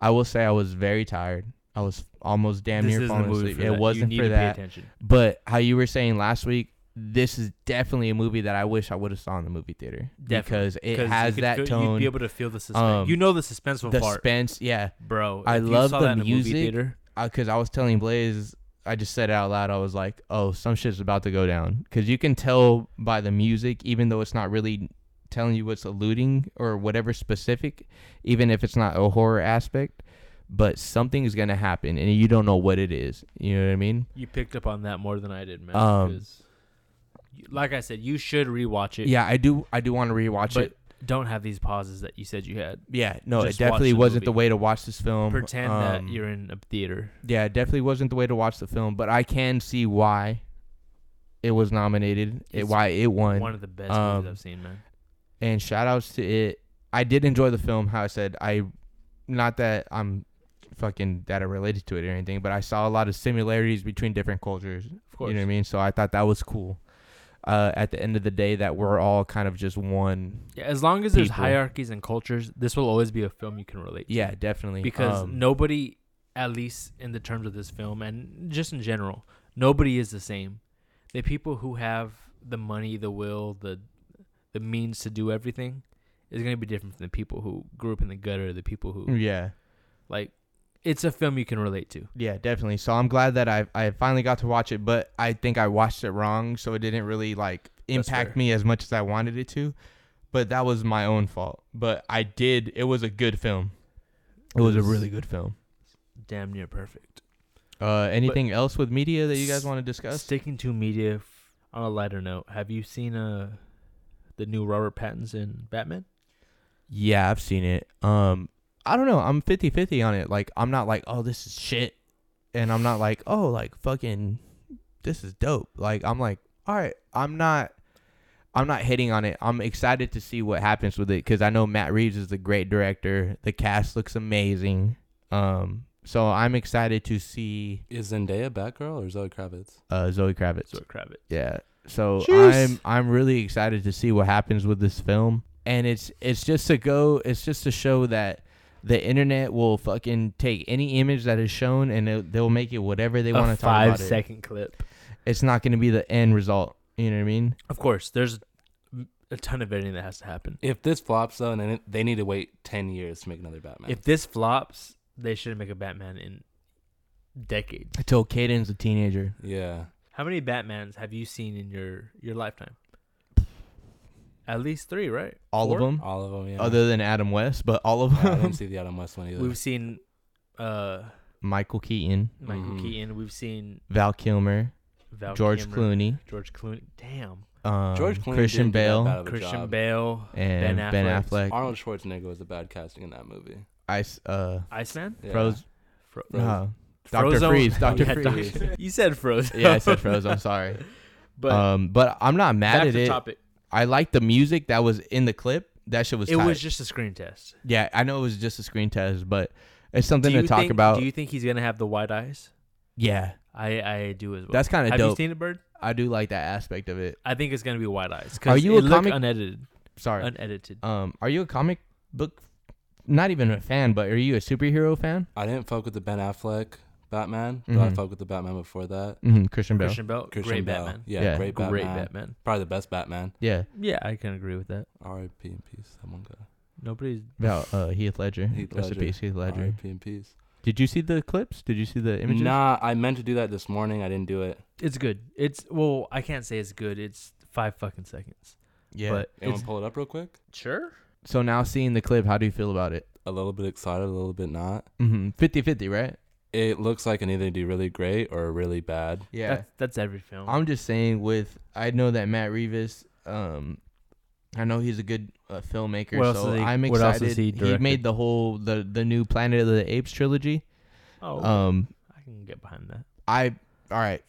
B: I will say I was very tired. I was almost damn
C: This
B: near
C: isn't a
B: falling
C: movie
B: asleep.
C: for
B: It
C: that. You
B: wasn't
C: need
B: for
C: to pay
B: that.
C: attention.
B: But how you were saying last week, this is definitely a movie that I wish I would have saw in the movie theater
C: Definitely.
B: because it
C: 'Cause you
B: has
C: could
B: that
C: feel-
B: tone,
C: You'd be able to feel the suspense.
B: um,
C: you know the suspenseful
B: the
C: part,
B: suspense. Yeah,
C: bro.
B: I
C: If you
B: love
C: saw
B: the
C: that in a movie
B: music.
C: theater,
B: because I was telling Blaze, I just said it out loud. I was like, "Oh, some shit's about to go down," because you can tell by the music, even though it's not really telling you what's alluding or whatever specific, even if it's not a horror aspect. But something's gonna happen, and you don't know what it is. You know what I mean?
C: you picked up on that more than I did, man.
B: Um,
C: 'cause you- like I said, you should rewatch it.
B: Yeah, I do. I do want to rewatch
C: but
B: it.
C: don't have these pauses that you said you had.
B: Yeah, no, it
C: just watch
B: definitely
C: the
B: wasn't the
C: movie.
B: way to watch this film.
C: Pretend
B: Um,
C: that you're in a theater.
B: Yeah, it definitely wasn't the way to watch the film, but I can see why it was nominated, it,
C: It's
B: why it won.
C: One of the best
B: um,
C: movies I've seen, man.
B: and shout outs to it. I did enjoy the film. How I said, I not that I'm fucking that I related to it or anything, but I saw a lot of similarities between different cultures.
C: Of course.
B: You know what I mean? So I thought that was cool. Uh, at the end of the day, that we're all kind of just one.
C: Yeah, as long as there's
B: people.
C: hierarchies and cultures, this will always be a film you can relate. to.
B: Yeah, definitely.
C: because
B: Um,
C: nobody, at least in the terms of this film and just in general, nobody is the same. The people who have the money, the will, the the means to do everything is going to be different from the people who grew up in the gutter, the people who
B: Yeah.
C: like. It's a film you can relate to.
B: Yeah, definitely. So I'm glad that I I finally got to watch it, but I think I watched it wrong, so it didn't really like
C: That's
B: impact
C: fair.
B: me as much as I wanted it to. But that was my own fault. But I did. It was a good film. It was a
C: It was-
B: really good film.
C: Damn near perfect.
B: Uh, anything else with media that you guys want to discuss?
C: Sticking to media f- on a lighter note, have you seen uh the new Robert Pattinson Batman?
B: Yeah, I've seen it. Um, I don't know. I'm 50-50 on it. Like, I'm not like, oh, this is shit, and I'm not like, oh, like fucking, this is dope. Like, I'm like, all right, I'm not, I'm not hitting on it. I'm excited to see what happens with it because I know Matt Reeves is a great director. The cast looks amazing. Um, so I'm excited to see
D: Is Zendaya Batgirl or Zoe Kravitz?
B: uh, Zoe Kravitz.
C: Zoe Kravitz.
B: Yeah. So
C: Jeez.
B: I'm I'm really excited to see what happens with this film. And it's it's just to go it's just to show that the internet will fucking take any image that is shown and they'll, they'll make it whatever they
C: a
B: want to talk
C: five
B: about it.
C: second clip.
B: It's not going to be the end result. You know what I mean?
C: Of course, there's a ton of editing that has to happen.
D: If this flops though, and then it- they need to wait ten years to make another Batman.
C: If this flops, they should make a Batman in decades.
B: Until Caden's a teenager.
D: yeah,
C: How many Batmans have you seen in your your lifetime? At least three, right?
B: All of
C: Four?
B: them
D: all of them. Oh, Yeah.
B: other than Adam West, but all of
D: Yeah, I
B: them.
D: didn't see the Adam West one either.
C: We've seen uh
B: Michael Keaton,
C: Michael
D: Mhm.
C: Keaton. We've seen
B: Val Kilmer,
C: Val
B: George
C: Kilmer,
B: Clooney,
C: George Clooney. Damn.
B: um,
D: George Clooney
B: Christian
D: didn't do that bad
B: Bale,
D: of a
C: Christian
D: job.
C: Bale.
B: and Ben
C: Ben
B: Affleck.
C: Affleck's
D: Arnold Schwarzenegger was a bad casting in that movie.
B: Ice uh
C: Iceman.
D: Yeah.
B: Froze. uh,
C: Fro-
D: Froze.
B: No. Dr.
C: Frozone.
B: Freeze, Dr.
C: Yeah,
B: Freeze.
C: Doc- you said Froze.
B: yeah, I said Froze. I'm sorry.
C: But
B: um, but I'm not mad
C: back
B: at
C: to
B: it.
C: topic.
B: I like the music that was in the clip. That shit was.
C: It
B: tight.
C: was just a screen test.
B: Yeah, I know it was just a screen test, but It's something
C: Do
B: to
C: you
B: talk
C: think-
B: about.
C: Do you think he's gonna have the wide eyes?
B: yeah,
C: I I do as well.
B: That's kinda
C: Have you
B: dope.
C: seen a bird?
B: I do like that aspect of it.
C: I think it's gonna be wide eyes.
B: Are
C: Are
B: you
C: you
B: a
C: it looked
B: comic-
C: unedited?
B: Sorry.
C: Unedited.
B: um, are you a comic book? Not even a fan, but are you a superhero fan?
D: I didn't fuck with the Ben Affleck Batman, but I
B: Mhm.
D: fucked with the Batman before that.
B: Mm-hmm, Christian Bale.
C: Christian Bell,
D: Christian
C: great
D: Bale.
C: Batman.
D: Yeah,
B: Yeah.
D: great Batman.
C: Great Batman.
D: Probably the best Batman.
B: Yeah,
C: Yeah, I can agree with that.
D: R.I.P. in peace. Someone go.
C: Nobody's
B: about uh, Heath Ledger.
D: Heath
B: Rest in
D: Ledger.
B: peace, Heath Ledger.
D: R.I.P. in peace.
B: Did you see the clips? Did you see the images?
D: Nah, I meant to do that this morning. I didn't do it.
C: It's good. It's well, I can't say it's good. It's five fucking seconds.
B: Yeah.
C: But
D: You want
C: it's-
D: to pull it up real quick?
C: sure.
B: so now seeing the clip, how do you feel about it?
D: A little bit excited, a little bit not.
B: Mm-hmm. 50-50, right?
D: It looks like I either do really great or really bad.
B: Yeah.
C: That's that's every film.
B: I'm just saying. With I know that Matt Reeves, um, I know he's a good uh, filmmaker.
C: What else
B: so
C: has he-
B: I'm excited.
C: what else has he
B: he made
C: directed?
B: the whole the the new Planet of the Apes trilogy.
C: oh,
B: Um,
C: I can get behind that.
B: I all right.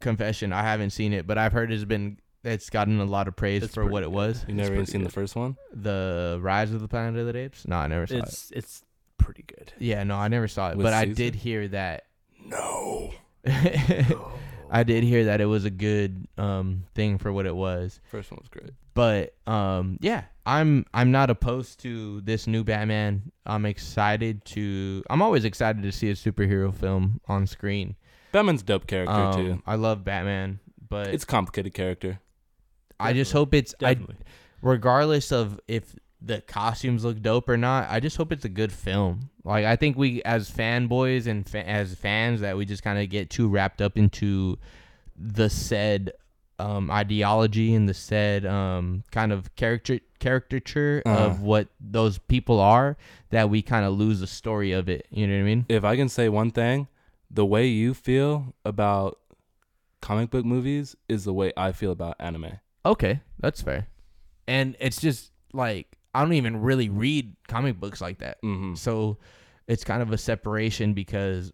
B: Confession, I haven't seen it, but I've heard it's been it's gotten a lot of praise
C: It's
B: for what
C: pretty
B: it
C: good.
B: was.
D: You never even
C: pretty
D: seen the
C: good.
D: first one?
B: The Rise of the Planet of the Apes. No, I never saw it.
C: It's it's pretty good.
B: Yeah, no, I never saw it,
D: With
B: but I
D: Caesar?
B: did hear that.
D: No.
C: Oh.
B: I did hear that it was a good um thing for what it was.
D: First one was great.
B: but um yeah i'm i'm not opposed to this new batman i'm excited to i'm always excited to see a superhero film on screen
D: Batman's a dope character
B: um,
D: too.
B: i love batman but
D: It's a complicated character.
B: i just
C: definitely-
B: hope it's I,
C: Definitely.
B: regardless of if the costumes look dope or not i just hope it's a good film like i think we as fanboys and fa- as fans that we just kind of get too wrapped up into the said um, ideology and the said um, kind of character caricature
D: Uh-huh.
B: of what those people are that we kind of lose the story of it you know what i mean
D: If I can say one thing, the way you feel about comic book movies is the way I feel about anime.
B: okay that's fair and it's just like i don't even really read comic books like that
D: Mm-hmm.
B: So it's kind of a separation because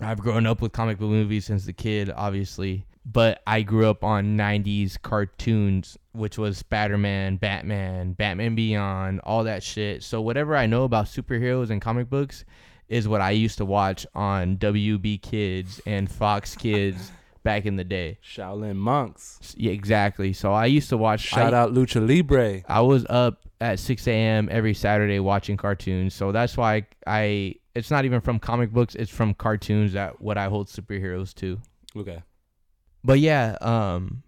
B: I've grown up with comic book movies since the kid, obviously, but I grew up on 90s cartoons, which was Spider Man, Batman, Batman Beyond, all that shit. So whatever I know about superheroes and comic books is what I used to watch on WB Kids and Fox Kids back in the day.
D: Shaolin monks.
B: S- Yeah, exactly. So I used to watch.
D: Shout
B: I,
D: out Lucha Libre.
B: I was up at 6 a.m. every Saturday watching cartoons, so that's why I, It's not even from comic books; it's from cartoons that what I hold superheroes to.
D: Okay.
B: But yeah, um,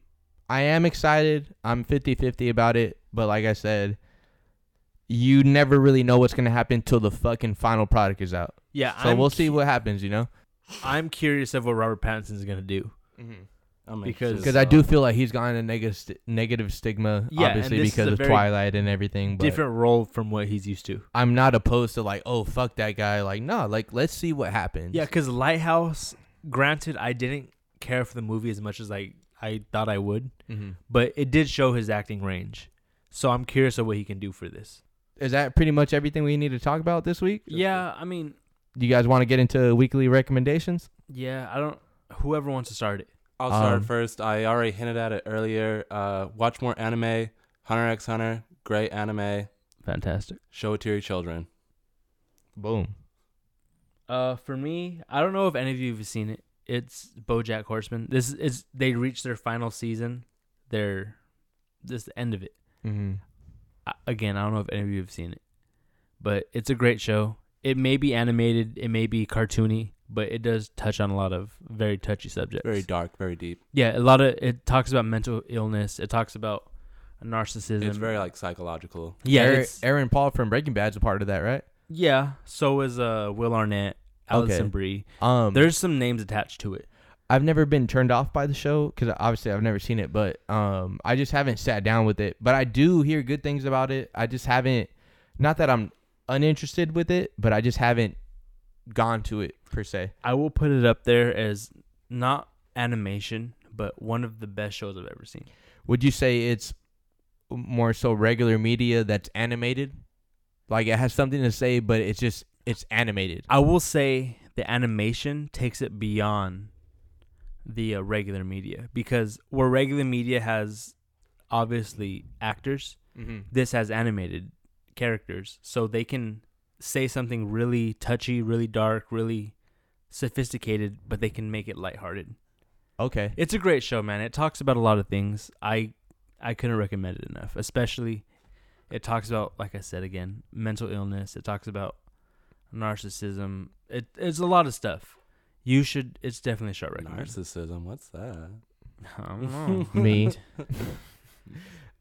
B: I am excited. I'm 50-50 about it, but like I said, you never really know what's gonna happen till the fucking final product is out.
C: Yeah,
B: So
C: I'm
B: we'll see what happens, you know?
C: I'm curious of what Robert Pattinson's gonna do. Mm-hmm.
D: I'm
C: Because-
D: anxious.
B: Because I do feel like he's gotten a negative st- negative stigma,
C: Yeah, and
B: obviously
C: this is
B: because
C: a
B: of
C: very
B: Twilight and everything. But
C: Different role from what he's used to.
B: I'm not opposed to like, oh fuck that guy. Like, no, like let's see what happens.
C: Yeah, because Lighthouse. Granted, I didn't care for the movie as much as I I thought I would,
B: Mhm.
C: but it did show his acting range. So I'm curious of what he can do for this.
B: is that pretty much everything we need to talk about this week?
C: Yeah, I mean,
B: Do you guys want to get into weekly recommendations?
C: yeah, I don't. Whoever wants to start it.
D: I'll start
B: Um,
D: first. I already hinted at it earlier. Uh, watch more anime. Hunter x Hunter, great anime.
C: Fantastic.
D: Show it to your children.
B: Boom.
C: Uh, for me, I don't know if any of you have seen it. It's BoJack Horseman. This is they reached their final season. Their this is the end of it.
B: Mm-hmm.
C: I, again, I don't know if any of you have seen it, but it's a great show. It may be animated, it may be cartoony, but it does touch on a lot of very touchy subjects.
D: Very dark, very deep.
C: yeah, a lot of it talks about mental illness. It talks about narcissism.
D: It's very like psychological.
C: yeah,
B: Aaron,
C: it's-
B: Aaron Paul from Breaking Bad's a part of that, right?
C: yeah. So is uh Will Arnett, Allison
B: Okay.
C: Brie.
B: Um,
C: There's some names attached to it.
B: I've never been turned off by the show because obviously I've never seen it, but um, I just haven't sat down with it. But I do hear good things about it. I just haven't. Not that I'm uninterested with it, but I just haven't gone to it per se.
C: I will put it up there as not animation, but one of the best shows I've ever seen.
B: Would you say it's more so regular media that's animated? Like it has something to say, but it's just it's animated.
C: I will say the animation takes it beyond the uh, regular media because where regular media has obviously actors,
B: Mm-hmm.
C: this has animated characters, so they can say something really touchy, really dark, really sophisticated, but they can make it lighthearted.
B: Okay.
C: It's a great show, man. It talks about a lot of things. I I couldn't recommend it enough. Especially it talks about, like I said again, mental illness. It talks about narcissism. It it's a lot of stuff. You should it's definitely a short recommend.
D: Narcissism. What's that?
C: I don't know.
B: Me.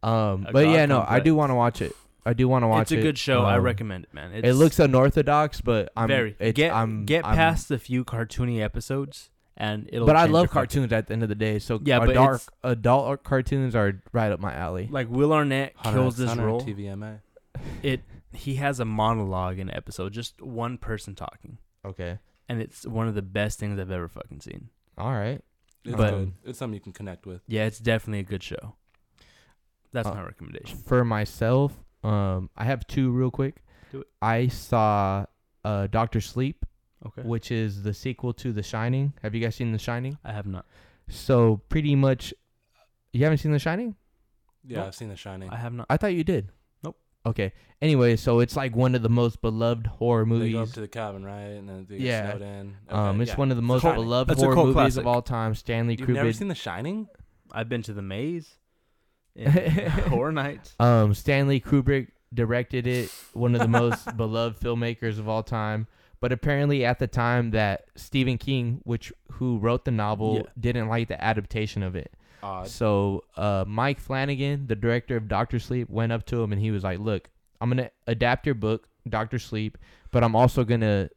B: Um,
C: A
B: but
C: god
B: yeah, no, I do
C: complex.
B: want to watch it. I do want to watch
C: it's
B: it.
C: a good show. I
B: Um,
C: recommend it, man. It's
B: It looks unorthodox, but I'm
C: very
B: It's,
C: get
B: I'm,
C: get
B: I'm-
C: past the few cartoony episodes and it'll
B: But I
C: change your
B: love
C: fucking-
B: cartoons at the end of the day, so
C: Yeah,
B: our
C: but
B: dark
C: it's-
B: adult cartoons are right up my alley.
C: like Will Arnett
D: Hot
C: kills
D: Nuts,
C: this
D: Hot Nuts,
C: role.
D: TVMA.
C: It he has a monologue in an episode, just one person talking,
B: Okay,
C: and it's one of the best things I've ever fucking seen.
B: all right.
D: It's
C: But-
D: good. It's something you can connect with.
C: Yeah, it's definitely a good show. That's
B: Uh,
C: my recommendation.
B: For myself, um, I have two real quick.
C: Do it.
B: I saw uh, Doctor Sleep,
C: Okay,
B: which is the sequel to The Shining. Have you guys seen The Shining?
C: I have not.
B: So pretty much, you haven't seen The Shining?
D: Yeah,
C: Nope.
D: I've seen The Shining.
C: I have not.
B: I thought you did.
C: Nope.
B: Okay. Anyway, so it's like one of the most beloved horror
D: They go up
B: movies.
D: to the cabin, right? And then they get
B: Yeah.
D: snowed in.
B: um,
D: Okay,
B: it's
D: yeah.
B: one of the most
D: cult-
B: beloved
C: that's a
B: horror
C: cult
B: movies
C: classic.
B: of all time. Stanley
D: You've never
B: Kubrick.
D: seen The Shining?
C: I've been to the maze. in Horror nights.
B: um, Stanley Kubrick directed it. One of the most beloved filmmakers of all time. But apparently, at the time that Stephen King, which who wrote the novel,
C: Yeah.
B: didn't like the adaptation of it.
D: Odd.
B: So uh, Mike Flanagan, the director of Doctor Sleep, went up to him and he was like, "Look, I'm gonna adapt your book, Doctor Sleep, but I'm also gonna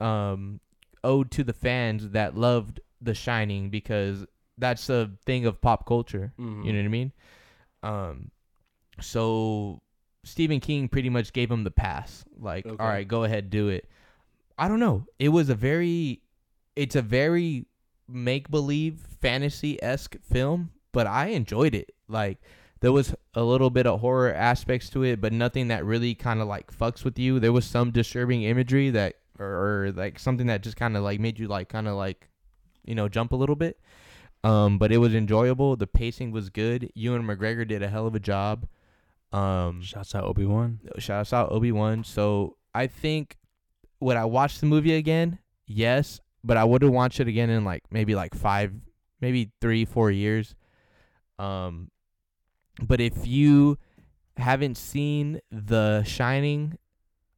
B: um, ode to the fans that loved The Shining because that's a thing of pop culture.
D: Mhm.
B: You know what I mean? Um, so Stephen King pretty much gave him the pass. Like,
D: Okay.
B: all right, go ahead, do it. I don't know. It was a very, it's a very make believe fantasy esque film, but I enjoyed it. Like, there was a little bit of horror aspects to it, but nothing that really kind of like fucks with you. There was some disturbing imagery that, or, or like something that just kind of like made you like kind of like, you know, jump a little bit. Um, but it was enjoyable. The pacing was good. Ewan McGregor did a hell of a job. Um,
C: Shouts out Obi Wan.
B: shouts out Obi Wan. So I think would I watch the movie again? Yes, but I would have watched it again in like maybe like five, maybe three, four years. Um, but if you haven't seen The Shining,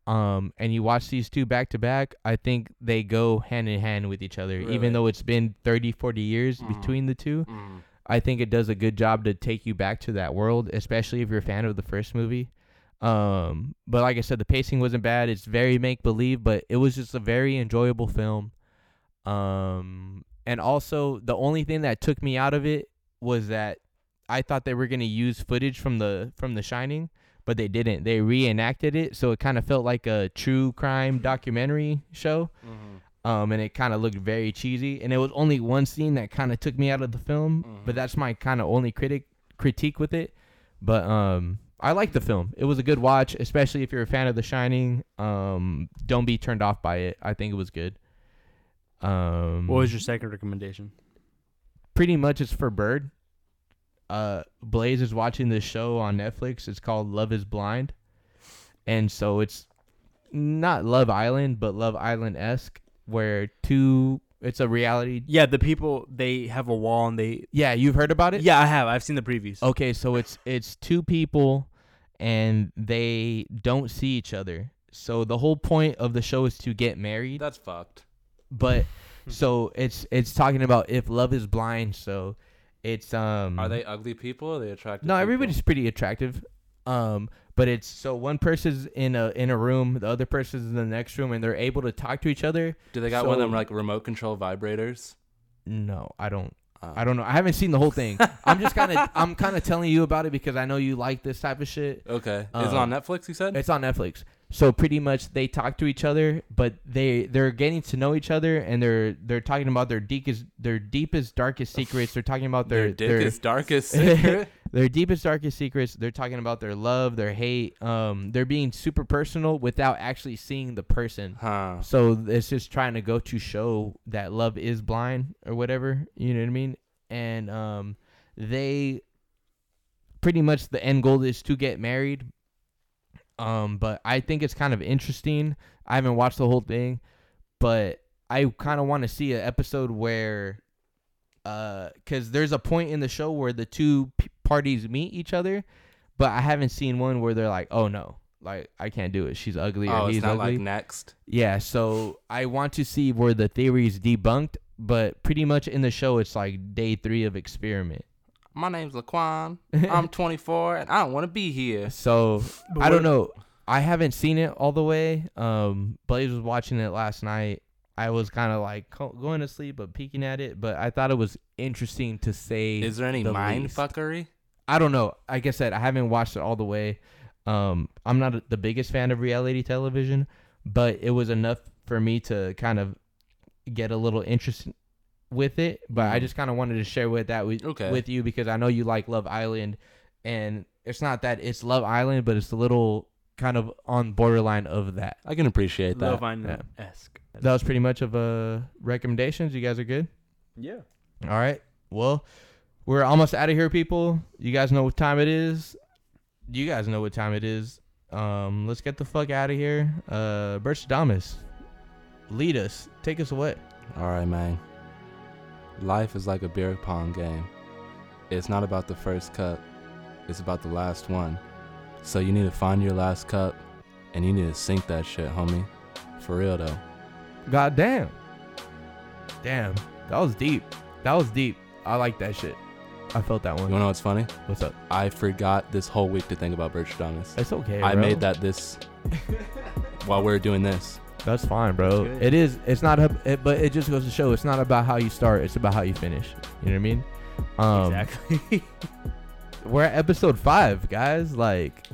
B: um, and you watch these two back to back, I think they go hand in hand with each other.
D: Really?
B: Even though it's been 30, 40 years
D: Mm.
B: between the two,
D: Mm.
B: I think it does a good job to take you back to that world, especially if you're a fan of the first movie. Um, but like I said, the pacing wasn't bad. It's very make believe, but it was just a very enjoyable film. Um, and also the only thing that took me out of it was that I thought they were gonna use footage from the from The Shining, but they didn't. They reenacted it, so it kind of felt like a true crime documentary show
D: Mhm.
B: um, and it kind of looked very cheesy. And it was only one scene that kind of took me out of the film, but
D: Mhm.
B: that's my kind of only critic critique with it. But um, I like the film. It was a good watch, especially if you're a fan of The Shining. Um, don't be turned off by it. I think it was good. Um,
C: What was your second recommendation?
B: pretty much it's for Bird. Uh, Blaze is watching this show on Netflix. It's called Love Is Blind, and so it's not Love Island, but Love Island esque, where two. It's a reality.
C: Yeah, the people they have a wall and they.
B: Yeah, you've heard about it.
C: Yeah, I have. I've seen the previews.
B: Okay, so it's it's two people, and they don't see each other. So the whole point of the show is to get married.
D: That's fucked.
B: But so it's it's talking about if love is blind. So it's um.
D: Are they ugly people? Or are they attractive?
B: No,
D: people?
B: everybody's pretty attractive. Um, but it's so one person's in a in a room, the other person's in the next room, and they're able to talk to each other.
D: Do they got one of them
B: so-
D: like remote control vibrators?
B: No, I don't.
D: Uh,
B: I don't know. I haven't seen the whole thing. I'm just kind of I'm kind of telling you about it because I know you like this type of shit.
D: Okay. Is it
B: Uh,
D: on Netflix? You said.
B: It's on Netflix. So pretty much they talk to each other, but they they're getting to know each other, and they're they're talking about their deepest their deepest darkest secrets. They're talking about
D: Their
B: their
D: dick
B: their,
D: is darkest secret.
B: their deepest darkest secrets they're talking about their love their hate um they're being super personal without actually seeing the person
D: huh.
B: so it's just trying to go to show that love is blind or whatever you know what i mean and um they pretty much the end goal is to get married Um, but I think it's kind of interesting. I haven't watched the whole thing, but I kind of want to see an episode where, uh, because there's a point in the show where the two p- parties meet each other, but I haven't seen one where they're like, "Oh no, like I can't do it. She's ugly or
D: Oh,
B: he's
D: it's not
B: ugly."
D: like next.
B: yeah, so I want to see where the theory is debunked, but pretty much in the show, it's like day three of experiment.
D: My name's Laquan. I'm 24 and I don't want to be here.
B: So
C: But
B: I
C: what-
B: don't know. I haven't seen it all the way. Um, Blaze was watching it last night. I was kind of like co- going to sleep, but peeking at it. But I thought it was interesting to say.
D: Is there any
B: the
D: mind
B: least.
D: fuckery?
B: I don't know. Like I said, I haven't watched it all the way. Um, I'm not a- the biggest fan of reality television, but it was enough for me to kind of get a little interest with it. But I
D: Mhm.
B: just kind of wanted to share with that with,
D: Okay.
B: with you because I know you like Love Island, and it's not that it's Love Island, but it's a little kind of on borderline of that.
D: I can appreciate that.
C: Love Island esque.
B: That was pretty much of uh recommendations. You guys are good.
C: Yeah.
B: All right. Well, we're almost out of here, people. You guys know what time it is. You guys know what time it is. Um, let's get the fuck out of here. Uh, Birch Damas, lead us. Take us away.
D: All right, man. Life is like a beer pong game. It's not about the first cup, it's about the last one. So you need to find your last cup and you need to sink that shit, homie. For real, though.
B: God damn. Damn. That was deep. That was deep. I like that shit. I felt that
D: You
B: one.
D: wanna know what's funny?
B: What's up?
D: I forgot this whole week to think about Birch Thomas.
B: It's okay.
D: I
B: bro.
D: made that this while we were doing this.
B: That's fine, bro.
C: That's good.
B: It is. It's not. a- It, but it just goes to show. It's not about how you start. It's about how you finish. You know what I mean? Um,
C: exactly.
B: we're at episode five, guys. Like,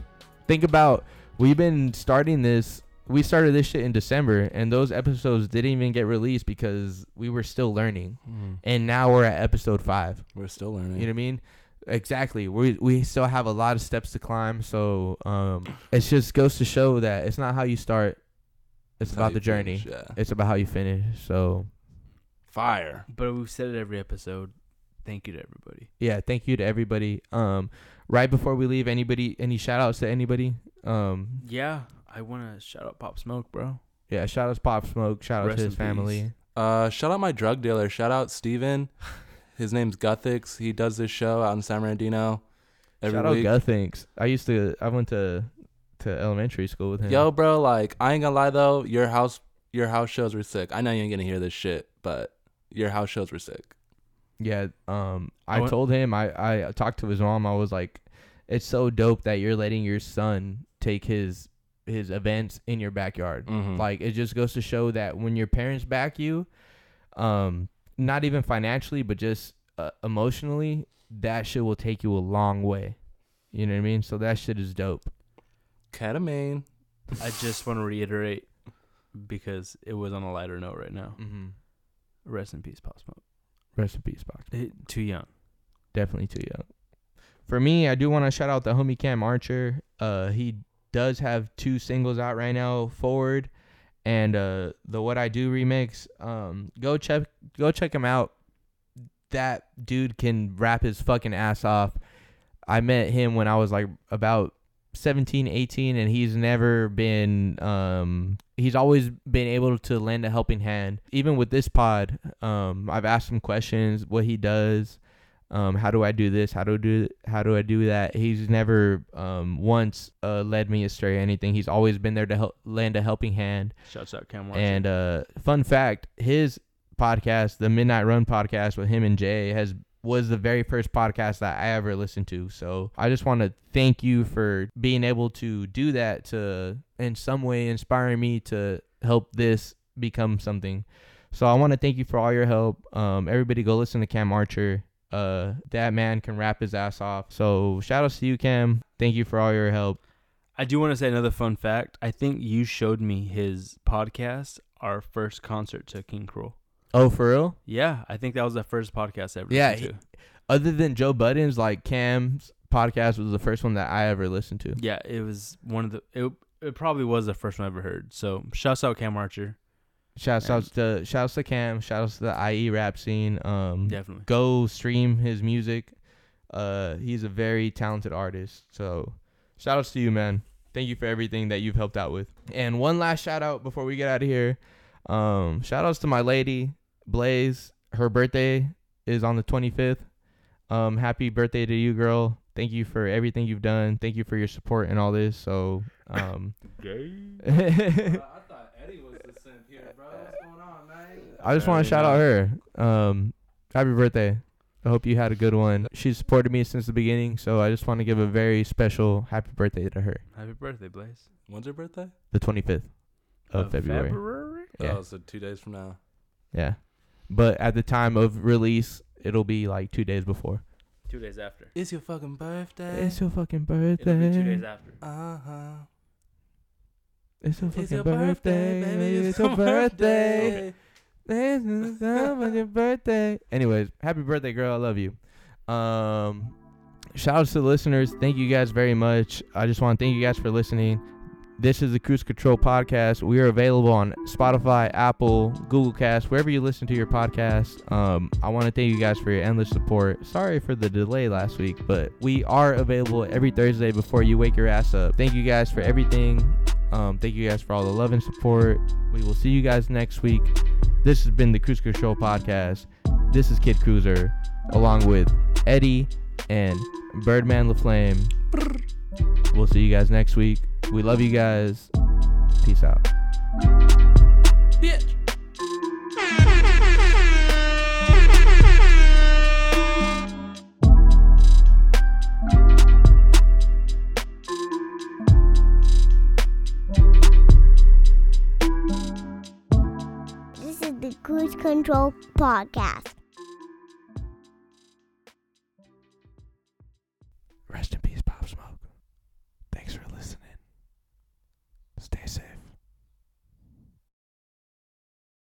B: think about we've been starting this. We started this shit in December, and those episodes didn't even get released because we were still learning. And now we're at episode five.
D: We're still learning.
B: Mm. You know what I mean? Exactly. We we still have a lot of steps to climb. So um, it just goes to show that it's not how you start. It's
D: How
B: about
D: you
B: the journey.
D: finish, yeah.
B: It's about how you finish. So
D: Fire.
C: but we've said it every episode. Thank you to everybody.
B: yeah, thank you to everybody. Um, right before we leave, anybody any shout outs to anybody? Um,
C: Yeah, I want to shout out Pop Smoke, bro.
B: Yeah, shout out to Pop Smoke. Shout out
C: Rest
B: to
C: in
B: his family.
D: Uh, shout out my drug dealer. Shout out Steven. His name's Guthix. He does this show out in San Bernardino every
B: shout out
D: week.
B: Guthinks. I used to. I went to to elementary school with him.
D: Yo, bro, like I ain't gonna lie though, your house your house shows were sick. I know you ain't gonna hear this shit, but your house shows were sick.
B: Yeah. Um,
C: I
B: I
C: went-
B: told him. I I talked to his mom. I was like, it's so dope that you're letting your son take his his events in your backyard.
C: Mm-hmm.
D: Mhm.
B: Like it just goes to show that when your parents back you, um, not even financially, but just uh, emotionally, that shit will take you a long way. You know what I mean? So that shit is dope.
D: ketamine.
C: I just want to reiterate because it was on a lighter note right now.
B: Mm-hmm.
C: Rest in peace, Pop Smoke.
B: Recipes box.
C: It- too young.
B: definitely too young. For me, I do want to shout out the homie Cam Archer. Uh, he does have two singles out right now, Forward and uh, the What I Do remix. Um, go check go check him out. That dude can rap his fucking ass off. I met him when I was like about 17, 18 and he's never been um he's always been able to lend a helping hand. Even with this pod, um I've asked him questions, what he does, um, how do I do this? How do I do how do I do that? He's never um, once uh, led me astray or anything. He's always been there to help lend a helping hand.
C: Shouts out Cam Watson.
B: And uh, fun fact, his podcast, the Midnight Run podcast with him and Jay, has was the very first podcast that I ever listened to. So I just want to thank you for being able to do that to in some way inspire me to help this become something. So I want to thank you for all your help. Um, everybody go listen to Cam Archer. Uh, that man can rap his ass off. So shout outs to you, Cam. Thank you for all your help.
C: I do want to say another fun fact. I think you showed me his podcast, our first concert to King Cruel.
B: Oh, for real?
C: Yeah, I think that was the first podcast I ever.
B: Yeah,
C: listened to.
B: other than Joe Budden's, like Cam's podcast was the first one that I ever listened to.
C: yeah, it was one of the. It, it probably was the first one I ever heard. So shouts out Cam Archer,
B: Shouts out to shouts to Cam, shouts to the IE rap scene. Um,
C: definitely.
B: go stream his music. Uh, he's a very talented artist. So shout outs to you, man. Thank you for everything that you've helped out with. And one last shout out before we get out of here. Um, shout outs to my lady, Blaze. Her birthday is on the 25th. Um, happy birthday to you, girl. Thank you for everything you've done. Thank you for your support and all this. So, um,
D: I thought Eddie was the synth here, bro. What's going on, man?
B: I just want to shout out her. Um, happy birthday. I hope you had a good one. She's supported me since the beginning, so I just want to give a very special happy birthday to her.
C: Happy birthday, Blaze.
D: When's her birthday?
B: The 25th of, February.
C: February?
B: Yeah.
D: Oh, so two days from now.
B: Yeah. But at the time of release, it'll be like two days before.
C: Two days after.
D: It's your fucking birthday.
B: It's your fucking
C: It'll
B: birthday.
C: be two days after.
D: uh huh.
B: It's your fucking
D: It's your
B: birthday,
D: birthday, baby.
B: It's your birthday. This is on your birthday. Anyways, happy birthday, girl. I love you. Um, shout outs to the listeners. Thank you guys very much. I just want to thank you guys for listening. This is the Cruise Control Podcast. We are available on Spotify, Apple, Google Cast, wherever you listen to your podcast. Um, I want to thank you guys for your endless support. Sorry for the delay last week, but we are available every Thursday before you wake your ass up. Thank you guys for everything. Um, thank you guys for all the love and support. We will see you guys next week. This has been the Cruise Control Podcast. This is Kid Cruiser, along with Eddie and Birdman LaFlame. We'll see you guys next week. We love you guys. Peace out.
A: This is the Cruise Control Podcast.